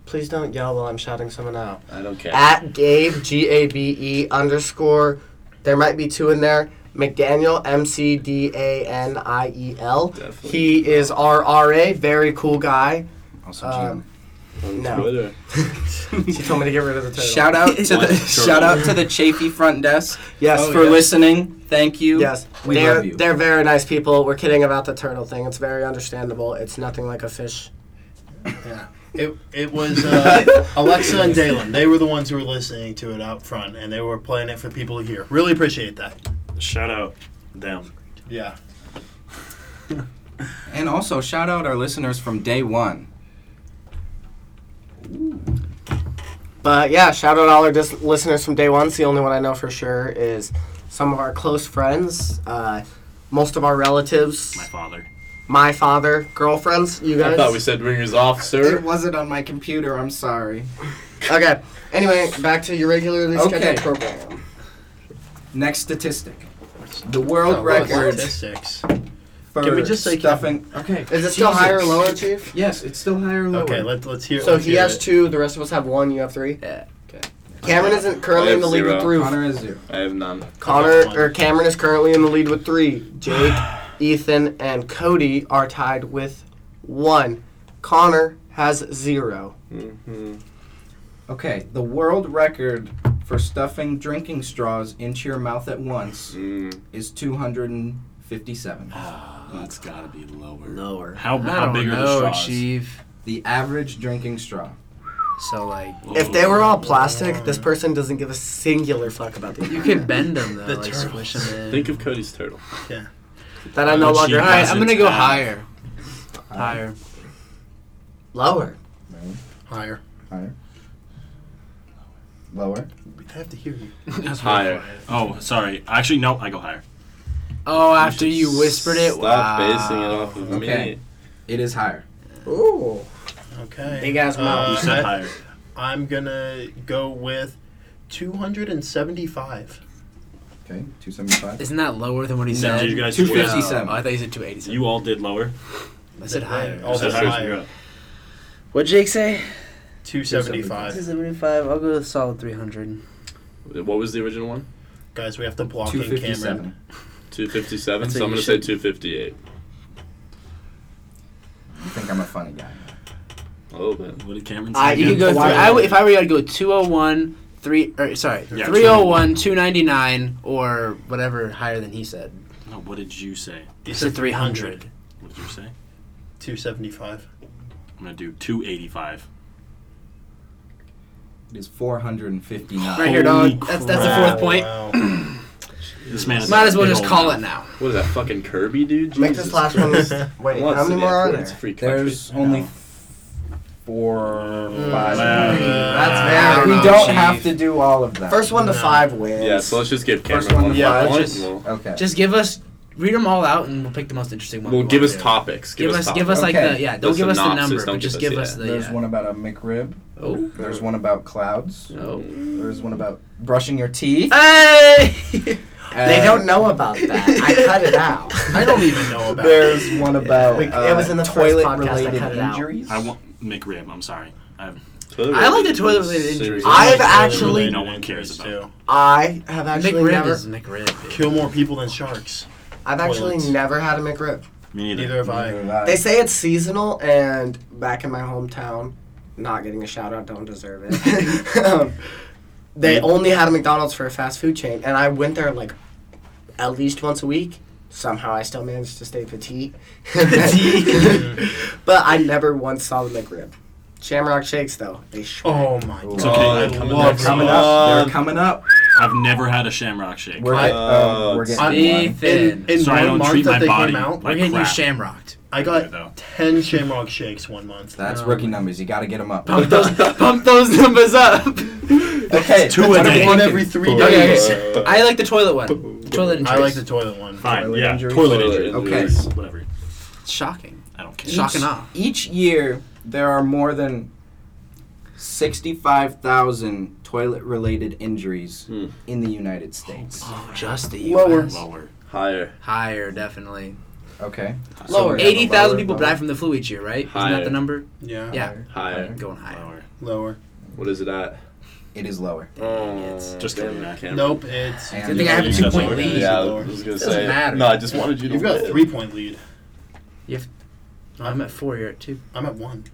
[SPEAKER 3] Please don't yell while I'm shouting someone out.
[SPEAKER 5] I don't care.
[SPEAKER 3] At Gabe, G A B E underscore. There might be two in there. McDaniel, M C D A N I E L.
[SPEAKER 5] Definitely.
[SPEAKER 3] He is our RA, very cool guy.
[SPEAKER 1] Also,
[SPEAKER 3] Um,
[SPEAKER 5] On
[SPEAKER 3] no.
[SPEAKER 5] Twitter.
[SPEAKER 3] she told me to get rid of the title.
[SPEAKER 1] shout out to
[SPEAKER 6] What?
[SPEAKER 1] the shout out to the Chafee front desk
[SPEAKER 3] yes,
[SPEAKER 1] for listening. Thank you.
[SPEAKER 3] Yes,
[SPEAKER 1] We
[SPEAKER 3] they're,
[SPEAKER 1] love you.
[SPEAKER 3] They're very nice people. We're kidding about the turtle thing. It's very understandable. It's nothing like a fish.
[SPEAKER 2] It, it was (laughs) uh, Alexa and Dalen. They were the ones who were listening to it out front, and they were playing it for people to hear. Really appreciate that.
[SPEAKER 6] Shout out them.
[SPEAKER 2] Yeah.
[SPEAKER 1] And also shout out our listeners from day one.
[SPEAKER 3] But yeah, shout out all our dis- listeners from day one. It's the only one I know for sure is some of our close friends, uh, most of our relatives,
[SPEAKER 6] My father.
[SPEAKER 3] my father, girlfriends, you guys.
[SPEAKER 5] I thought we said ringers off, sir.
[SPEAKER 1] wasn't on my computer. I'm sorry.
[SPEAKER 3] okay. Anyway, back to your regularly scheduled
[SPEAKER 1] Okay.
[SPEAKER 3] program.
[SPEAKER 1] Next statistic: the world
[SPEAKER 2] Oh,
[SPEAKER 1] record
[SPEAKER 2] Statistics.
[SPEAKER 1] for
[SPEAKER 2] Can we just say
[SPEAKER 1] stuffing. Okay.
[SPEAKER 3] Is it still
[SPEAKER 1] Jesus.
[SPEAKER 3] higher or lower, Chief?
[SPEAKER 1] Yes, it's still higher or lower.
[SPEAKER 2] Okay, let, let's hear
[SPEAKER 3] So
[SPEAKER 2] let's
[SPEAKER 3] he
[SPEAKER 2] hear
[SPEAKER 3] has
[SPEAKER 2] it.
[SPEAKER 3] two. The rest of us have one. You have three.
[SPEAKER 1] Yeah, okay.
[SPEAKER 3] Cameron isn't
[SPEAKER 5] I
[SPEAKER 3] currently
[SPEAKER 5] have
[SPEAKER 3] in the lead
[SPEAKER 5] zero.
[SPEAKER 3] with three.
[SPEAKER 1] Connor is zero.
[SPEAKER 5] I have none.
[SPEAKER 3] Connor
[SPEAKER 2] One.
[SPEAKER 3] or Cameron is currently in the lead with three. Jake, Ethan, and Cody are tied with one. Connor has zero.
[SPEAKER 5] Mm-hmm.
[SPEAKER 1] Okay, the world record for stuffing drinking straws into your mouth at once
[SPEAKER 5] Mm.
[SPEAKER 1] is 257.
[SPEAKER 5] That's gotta be lower.
[SPEAKER 4] lower.
[SPEAKER 6] How-
[SPEAKER 4] I
[SPEAKER 6] how
[SPEAKER 4] don't
[SPEAKER 6] big are the
[SPEAKER 4] know,
[SPEAKER 6] straws?
[SPEAKER 4] Chief.
[SPEAKER 1] The average drinking straw.
[SPEAKER 4] So like
[SPEAKER 3] If they were all plastic, this person doesn't give a singular fuck about these.
[SPEAKER 4] you could bend them though,
[SPEAKER 2] The
[SPEAKER 4] like
[SPEAKER 2] turtles.
[SPEAKER 4] squish them in.
[SPEAKER 5] Think of Cody's turtle.
[SPEAKER 3] That I no
[SPEAKER 6] Which
[SPEAKER 3] longer
[SPEAKER 6] he
[SPEAKER 4] All right,
[SPEAKER 3] have.
[SPEAKER 4] I'm gonna go
[SPEAKER 6] Doesn't have-
[SPEAKER 4] higher.
[SPEAKER 1] Uh,
[SPEAKER 4] Higher.
[SPEAKER 3] Lower.
[SPEAKER 2] higher.
[SPEAKER 1] Lower.
[SPEAKER 2] We have to hear you.
[SPEAKER 5] Higher.
[SPEAKER 6] Oh, sorry. Actually, no. I go higher.
[SPEAKER 4] Oh, after you whispered it.
[SPEAKER 5] Stop
[SPEAKER 4] wow.
[SPEAKER 5] basing it off of
[SPEAKER 1] Okay.
[SPEAKER 5] me.
[SPEAKER 1] It is higher.
[SPEAKER 3] Ooh.
[SPEAKER 2] Okay.
[SPEAKER 3] Big ass
[SPEAKER 6] You
[SPEAKER 3] mouth.
[SPEAKER 2] I- (laughs)
[SPEAKER 6] said higher.
[SPEAKER 2] I'm gonna go with 275.
[SPEAKER 1] Okay, 275.
[SPEAKER 4] Isn't that lower than what he
[SPEAKER 6] No,
[SPEAKER 4] said?
[SPEAKER 6] you guys-
[SPEAKER 1] 257.
[SPEAKER 4] Oh, I thought you said 287.
[SPEAKER 6] You all did lower.
[SPEAKER 4] I said higher.
[SPEAKER 6] Oh,
[SPEAKER 2] All
[SPEAKER 5] Said
[SPEAKER 2] said
[SPEAKER 5] higher.
[SPEAKER 2] higher.
[SPEAKER 4] What Jake say?
[SPEAKER 2] 275.
[SPEAKER 4] 275. I'll go with a solid 300.
[SPEAKER 5] What was the original one?
[SPEAKER 2] Guys, we have to block in Cameron.
[SPEAKER 1] 257.
[SPEAKER 5] 257.
[SPEAKER 4] That's
[SPEAKER 5] So
[SPEAKER 4] what
[SPEAKER 5] I'm
[SPEAKER 4] you
[SPEAKER 5] gonna say
[SPEAKER 4] should-
[SPEAKER 5] 258.
[SPEAKER 1] I think I'm a funny guy.
[SPEAKER 5] Oh man.
[SPEAKER 6] What did Cameron say?
[SPEAKER 3] I-
[SPEAKER 4] You
[SPEAKER 6] again?
[SPEAKER 4] could go. Three,
[SPEAKER 3] Why-
[SPEAKER 4] I would- if I were you, I'd go 201, three. oh Or, sorry,
[SPEAKER 6] Yeah,
[SPEAKER 4] 301, 299, or whatever higher than he said.
[SPEAKER 6] No, what did you say?
[SPEAKER 2] You
[SPEAKER 4] He said 300.
[SPEAKER 6] What did you say?
[SPEAKER 2] 275.
[SPEAKER 6] I'm gonna do 285.
[SPEAKER 1] It is 459.
[SPEAKER 4] Right here,
[SPEAKER 6] Holy
[SPEAKER 4] dog. That's, that's the
[SPEAKER 6] crap.
[SPEAKER 4] fourth point.
[SPEAKER 6] (laughs)
[SPEAKER 2] Wow.
[SPEAKER 6] This man is
[SPEAKER 4] Might
[SPEAKER 6] a
[SPEAKER 4] as well
[SPEAKER 6] big
[SPEAKER 4] just
[SPEAKER 6] old
[SPEAKER 4] call
[SPEAKER 6] man.
[SPEAKER 4] it now.
[SPEAKER 5] What is that fucking Kirby dude?
[SPEAKER 3] Make this last one.
[SPEAKER 5] (laughs)
[SPEAKER 3] Wait,
[SPEAKER 5] Once
[SPEAKER 3] how many
[SPEAKER 5] it
[SPEAKER 3] more are
[SPEAKER 5] is, It's a
[SPEAKER 3] there?
[SPEAKER 5] free country.
[SPEAKER 1] There's only
[SPEAKER 6] No.
[SPEAKER 1] four,
[SPEAKER 6] Mm,
[SPEAKER 1] five.
[SPEAKER 6] wow.
[SPEAKER 3] That's
[SPEAKER 4] I
[SPEAKER 1] We
[SPEAKER 3] very.
[SPEAKER 4] don't
[SPEAKER 1] don't
[SPEAKER 4] know, Chief.
[SPEAKER 1] have to do all of that.
[SPEAKER 3] First one to
[SPEAKER 2] No.
[SPEAKER 3] five wins.
[SPEAKER 5] Yeah, so let's just give
[SPEAKER 1] First
[SPEAKER 5] Cameron
[SPEAKER 1] one,
[SPEAKER 5] one
[SPEAKER 2] yeah,
[SPEAKER 5] five
[SPEAKER 2] let's
[SPEAKER 5] point.
[SPEAKER 2] just-
[SPEAKER 5] we'll
[SPEAKER 1] Okay.
[SPEAKER 4] Just give us, read them all out, and we'll pick the most interesting one.
[SPEAKER 5] we'll
[SPEAKER 4] we
[SPEAKER 5] give
[SPEAKER 4] want
[SPEAKER 5] us
[SPEAKER 4] to.
[SPEAKER 5] topics.
[SPEAKER 4] Give us, give us like
[SPEAKER 1] Okay.
[SPEAKER 4] the yeah. Don't
[SPEAKER 5] The
[SPEAKER 4] give us the
[SPEAKER 5] synopsis,
[SPEAKER 4] number,
[SPEAKER 5] don't
[SPEAKER 4] but just
[SPEAKER 5] give
[SPEAKER 4] give
[SPEAKER 5] us-
[SPEAKER 4] us the.
[SPEAKER 1] There's
[SPEAKER 4] yeah.
[SPEAKER 1] one about a McRib.
[SPEAKER 4] Oh.
[SPEAKER 1] There's one about clouds.
[SPEAKER 4] Oh.
[SPEAKER 1] There's one about brushing your teeth. (laughs)
[SPEAKER 4] Hey!
[SPEAKER 3] They don't know about that. I cut it out.
[SPEAKER 5] (laughs)
[SPEAKER 2] I
[SPEAKER 4] (laughs)
[SPEAKER 2] don't even know about
[SPEAKER 1] There's one about
[SPEAKER 3] We- it was in the first
[SPEAKER 1] toilet
[SPEAKER 3] podcast, I
[SPEAKER 1] related
[SPEAKER 3] cut it out.
[SPEAKER 1] injuries.
[SPEAKER 6] I want McRib. I'm sorry. I've,
[SPEAKER 4] I like the toilet related injuries.
[SPEAKER 3] I've actually-
[SPEAKER 6] No one cares about
[SPEAKER 2] Too.
[SPEAKER 3] I have actually
[SPEAKER 4] McRib
[SPEAKER 3] never.
[SPEAKER 4] is McRib.
[SPEAKER 2] Kill more people than sharks.
[SPEAKER 3] I've actually
[SPEAKER 2] toilets.
[SPEAKER 3] never had a McRib.
[SPEAKER 6] Me
[SPEAKER 2] Neither have I.
[SPEAKER 3] They say it's seasonal, and back in my hometown, not getting a shout out, don't deserve it. um, they only had a McDonald's for a fast food chain, and I went there like at least once a week. Somehow I still managed to stay petite. (laughs)
[SPEAKER 4] Petite.
[SPEAKER 3] but I never once saw the McRib. Shamrock Shakes though. They sh-
[SPEAKER 2] Oh my god.
[SPEAKER 6] It's okay.
[SPEAKER 2] I
[SPEAKER 6] They're coming
[SPEAKER 2] love
[SPEAKER 6] back.
[SPEAKER 2] coming
[SPEAKER 6] Coming
[SPEAKER 2] up.
[SPEAKER 6] up.
[SPEAKER 1] They're coming up.
[SPEAKER 6] I've never had a Shamrock Shake.
[SPEAKER 1] We're,
[SPEAKER 2] I-
[SPEAKER 1] uh, we're getting
[SPEAKER 4] Be
[SPEAKER 1] one.
[SPEAKER 4] thin.
[SPEAKER 2] In, in
[SPEAKER 6] Sorry, I
[SPEAKER 2] one
[SPEAKER 6] don't
[SPEAKER 2] month
[SPEAKER 6] treat
[SPEAKER 2] that
[SPEAKER 6] my
[SPEAKER 2] they
[SPEAKER 6] body
[SPEAKER 2] came out,
[SPEAKER 4] We're
[SPEAKER 6] like
[SPEAKER 4] getting you
[SPEAKER 6] crap.
[SPEAKER 4] shamrocked.
[SPEAKER 2] I
[SPEAKER 6] Yeah, though.
[SPEAKER 2] got ten Shamrock Shakes one month.
[SPEAKER 1] That's rookie numbers. You got to get them up.
[SPEAKER 4] Pump those, pump those numbers up.
[SPEAKER 1] Okay,
[SPEAKER 6] two a
[SPEAKER 1] what are we
[SPEAKER 6] day.
[SPEAKER 2] One
[SPEAKER 1] thinking?
[SPEAKER 2] every three
[SPEAKER 4] Okay, okay,
[SPEAKER 2] days.
[SPEAKER 4] okay. (laughs) I like the toilet one. Toilet injuries.
[SPEAKER 2] I like the toilet one.
[SPEAKER 6] Fine.
[SPEAKER 1] Toilet
[SPEAKER 6] yeah.
[SPEAKER 1] injuries.
[SPEAKER 6] Toilet
[SPEAKER 5] Toilet
[SPEAKER 6] injuries.
[SPEAKER 1] injuries.
[SPEAKER 6] Okay. Whatever.
[SPEAKER 4] It's shocking.
[SPEAKER 6] I don't care.
[SPEAKER 1] Each-
[SPEAKER 4] Shocking off.
[SPEAKER 1] Each year, there are more than 65,000 toilet related injuries
[SPEAKER 5] Hmm.
[SPEAKER 1] in the United States.
[SPEAKER 4] Oh, Just the
[SPEAKER 3] Lower.
[SPEAKER 4] US.
[SPEAKER 6] Lower.
[SPEAKER 5] Higher.
[SPEAKER 4] Higher, definitely.
[SPEAKER 1] Okay.
[SPEAKER 4] So
[SPEAKER 1] Lower.
[SPEAKER 4] 80,000 people
[SPEAKER 1] Lower.
[SPEAKER 4] die from the flu each year, right? Isn't that
[SPEAKER 5] Higher.
[SPEAKER 4] the number?
[SPEAKER 2] Yeah.
[SPEAKER 4] Yeah.
[SPEAKER 5] Higher.
[SPEAKER 4] Going higher.
[SPEAKER 6] Lower.
[SPEAKER 2] Lower.
[SPEAKER 5] What is it at?
[SPEAKER 1] It is
[SPEAKER 5] (laughs)
[SPEAKER 1] lower.
[SPEAKER 5] Oh,
[SPEAKER 6] Just
[SPEAKER 5] damn
[SPEAKER 6] kidding,
[SPEAKER 5] it,
[SPEAKER 6] I can't
[SPEAKER 2] Nope. It's.
[SPEAKER 1] And-
[SPEAKER 4] Good thing I have a
[SPEAKER 6] Yeah,
[SPEAKER 4] two
[SPEAKER 6] that's
[SPEAKER 4] point
[SPEAKER 6] lower.
[SPEAKER 4] lead.
[SPEAKER 5] Yeah, I
[SPEAKER 2] Lower.
[SPEAKER 5] was gonna
[SPEAKER 4] Doesn't
[SPEAKER 5] say.
[SPEAKER 4] matter.
[SPEAKER 5] No, I just wanted you to.
[SPEAKER 2] You've got
[SPEAKER 5] win.
[SPEAKER 2] a three point lead.
[SPEAKER 4] I'm at four, you're at two.
[SPEAKER 2] I'm at one.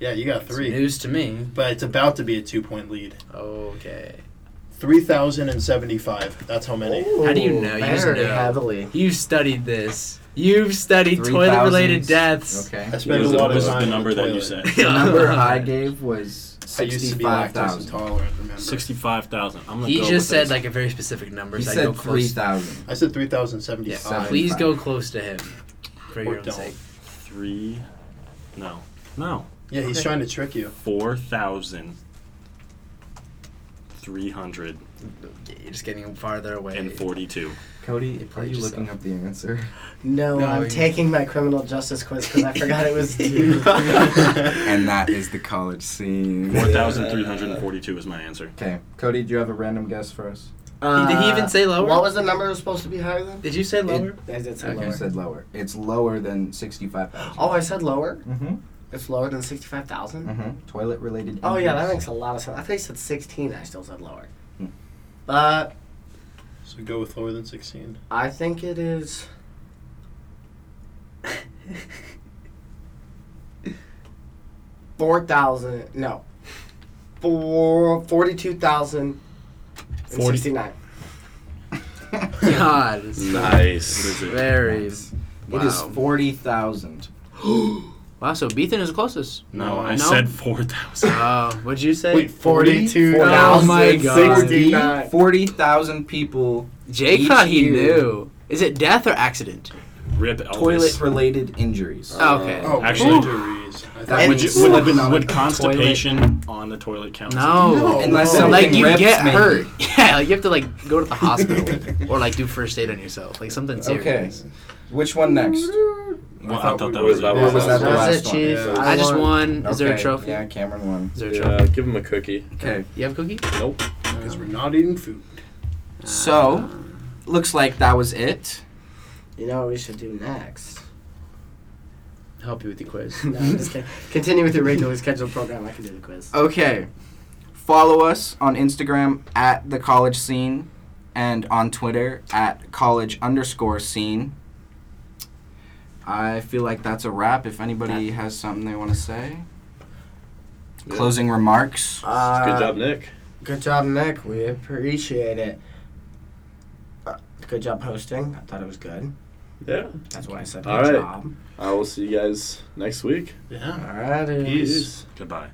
[SPEAKER 2] Yeah, you got
[SPEAKER 4] It's
[SPEAKER 2] three.
[SPEAKER 4] news to me.
[SPEAKER 2] But it's about to be a two point lead.
[SPEAKER 4] Okay.
[SPEAKER 2] Three thousand and seventy five. That's how many.
[SPEAKER 6] Oh.
[SPEAKER 4] How do you know? You just
[SPEAKER 3] very
[SPEAKER 4] know.
[SPEAKER 3] heavily.
[SPEAKER 4] You've studied this. You've studied toilet related
[SPEAKER 1] 3,000s.
[SPEAKER 4] deaths.
[SPEAKER 1] Okay.
[SPEAKER 2] (laughs) I
[SPEAKER 6] What
[SPEAKER 2] spend a
[SPEAKER 6] was the,
[SPEAKER 2] lot
[SPEAKER 6] what
[SPEAKER 2] of
[SPEAKER 6] was
[SPEAKER 2] time.
[SPEAKER 6] the
[SPEAKER 2] in
[SPEAKER 6] number that you
[SPEAKER 2] toilet.
[SPEAKER 6] said?
[SPEAKER 4] (laughs)
[SPEAKER 1] The number I gave was
[SPEAKER 2] I used to be
[SPEAKER 1] 65,000.
[SPEAKER 2] lactose intolerant. Remember?
[SPEAKER 6] Sixty-five thousand. I'm gonna
[SPEAKER 4] He
[SPEAKER 6] go
[SPEAKER 4] just
[SPEAKER 6] with
[SPEAKER 4] said
[SPEAKER 6] this.
[SPEAKER 4] like a very specific number.
[SPEAKER 1] He
[SPEAKER 4] so I go
[SPEAKER 1] said
[SPEAKER 4] close.
[SPEAKER 1] 3,000.
[SPEAKER 2] I said three thousand
[SPEAKER 4] Yeah,
[SPEAKER 2] seventy
[SPEAKER 4] so
[SPEAKER 1] Seven.
[SPEAKER 2] five.
[SPEAKER 4] please go close to him for
[SPEAKER 2] Or
[SPEAKER 4] your own
[SPEAKER 2] don't.
[SPEAKER 4] sake.
[SPEAKER 6] three. No. No.
[SPEAKER 2] Yeah, he's
[SPEAKER 4] Okay.
[SPEAKER 2] trying to trick you.
[SPEAKER 6] Four thousand three hundred
[SPEAKER 4] You're just getting farther away.
[SPEAKER 6] and forty-two.
[SPEAKER 1] Cody, are
[SPEAKER 4] played
[SPEAKER 1] you
[SPEAKER 4] yourself.
[SPEAKER 1] looking up the answer?
[SPEAKER 3] No,
[SPEAKER 4] No,
[SPEAKER 3] I'm
[SPEAKER 4] you-
[SPEAKER 3] taking my criminal justice quiz because I forgot it
[SPEAKER 4] (laughs)
[SPEAKER 3] was due.
[SPEAKER 2] (laughs)
[SPEAKER 1] And that is the college scene.
[SPEAKER 6] Four thousand three hundred and forty-two is my answer.
[SPEAKER 1] Okay. Cody, do you have a random guess for us?
[SPEAKER 3] Uh,
[SPEAKER 4] Did he even say lower?
[SPEAKER 3] What was the number that was supposed to be higher than?
[SPEAKER 4] Did you say lower?
[SPEAKER 3] I did say
[SPEAKER 4] Okay.
[SPEAKER 1] You
[SPEAKER 3] lower.
[SPEAKER 1] said lower. It's lower than 65,000.
[SPEAKER 3] Oh, I said lower.
[SPEAKER 1] Mm-hmm.
[SPEAKER 3] It's lower than sixty-five thousand.
[SPEAKER 1] Mm-hmm. Toilet related
[SPEAKER 3] Oh yeah, that makes a lot of sense. I thought you said sixteen. I still said lower.
[SPEAKER 5] Hmm.
[SPEAKER 3] But
[SPEAKER 2] So go with lower than sixteen.
[SPEAKER 3] I think it is. Four thousand no, four forty-two thousand and
[SPEAKER 6] Forty-
[SPEAKER 3] sixty-nine.
[SPEAKER 4] (laughs)
[SPEAKER 1] (laughs)
[SPEAKER 4] God, it's
[SPEAKER 2] (laughs)
[SPEAKER 6] What is
[SPEAKER 5] Nice.
[SPEAKER 6] it?
[SPEAKER 4] very
[SPEAKER 1] It is
[SPEAKER 4] Wow.
[SPEAKER 1] 40,000.
[SPEAKER 4] wow. So Beethan is closest.
[SPEAKER 6] No, I
[SPEAKER 4] No.
[SPEAKER 6] said four thousand.
[SPEAKER 4] Uh, what'd you say?
[SPEAKER 3] forty-two
[SPEAKER 4] Oh my God.
[SPEAKER 1] 40 40,000 people
[SPEAKER 4] Jake
[SPEAKER 1] each
[SPEAKER 4] thought he
[SPEAKER 1] year.
[SPEAKER 4] knew. Is it death or accident?
[SPEAKER 6] (laughs) Rip Elvis.
[SPEAKER 1] toilet related injuries.
[SPEAKER 5] Uh,
[SPEAKER 4] okay.
[SPEAKER 2] Oh,
[SPEAKER 6] Actually-
[SPEAKER 2] injuries. I thought-
[SPEAKER 1] And
[SPEAKER 6] Would, you,
[SPEAKER 1] it's
[SPEAKER 6] would,
[SPEAKER 1] slipping
[SPEAKER 6] would,
[SPEAKER 1] on
[SPEAKER 6] would
[SPEAKER 1] a
[SPEAKER 6] constipation on the toilet count? as
[SPEAKER 4] no.
[SPEAKER 2] No.
[SPEAKER 1] Unless
[SPEAKER 2] Oh.
[SPEAKER 1] something
[SPEAKER 4] like you
[SPEAKER 1] rips,
[SPEAKER 4] get
[SPEAKER 1] maybe.
[SPEAKER 4] hurt. (laughs) Yeah, like you have to like go to the hospital (laughs) or like do first aid on yourself, like something
[SPEAKER 1] Okay.
[SPEAKER 4] serious.
[SPEAKER 1] Which one next?
[SPEAKER 6] a- Well, I thought that
[SPEAKER 5] we-
[SPEAKER 6] was
[SPEAKER 5] that
[SPEAKER 1] Or was that the
[SPEAKER 3] That's
[SPEAKER 1] last
[SPEAKER 3] it,
[SPEAKER 1] one?
[SPEAKER 3] Chief.
[SPEAKER 2] Yeah.
[SPEAKER 4] I just
[SPEAKER 3] won.
[SPEAKER 4] won. Is there a
[SPEAKER 1] Okay,
[SPEAKER 4] trophy?
[SPEAKER 1] Yeah, Cameron won.
[SPEAKER 4] Is there a trophy?
[SPEAKER 5] Yeah, give him a cookie.
[SPEAKER 1] Okay.
[SPEAKER 4] You have a cookie?
[SPEAKER 5] Nope.
[SPEAKER 2] Because we're not eating food.
[SPEAKER 1] So, looks like that was it.
[SPEAKER 3] You know what we should do next?
[SPEAKER 4] Help you with
[SPEAKER 1] (laughs)
[SPEAKER 4] the quiz.
[SPEAKER 3] No, I'm just
[SPEAKER 5] (laughs)
[SPEAKER 3] kidding. Continue with your regularly scheduled program. I can do the quiz.
[SPEAKER 1] Okay. Follow us on Instagram at the college scene and on Twitter at college underscore scene. I feel like that's a wrap. If anybody has something they want to say,
[SPEAKER 5] Yeah.
[SPEAKER 1] closing remarks.
[SPEAKER 3] Uh,
[SPEAKER 5] Good job, Nick.
[SPEAKER 3] Good job, Nick. We appreciate it. Uh, Good job hosting. I thought it was good.
[SPEAKER 5] Yeah.
[SPEAKER 3] That's why I said
[SPEAKER 5] All
[SPEAKER 3] good
[SPEAKER 5] right.
[SPEAKER 3] job.
[SPEAKER 5] I will see you guys next week.
[SPEAKER 2] Yeah.
[SPEAKER 3] Alrighty.
[SPEAKER 2] Peace.
[SPEAKER 6] Goodbye.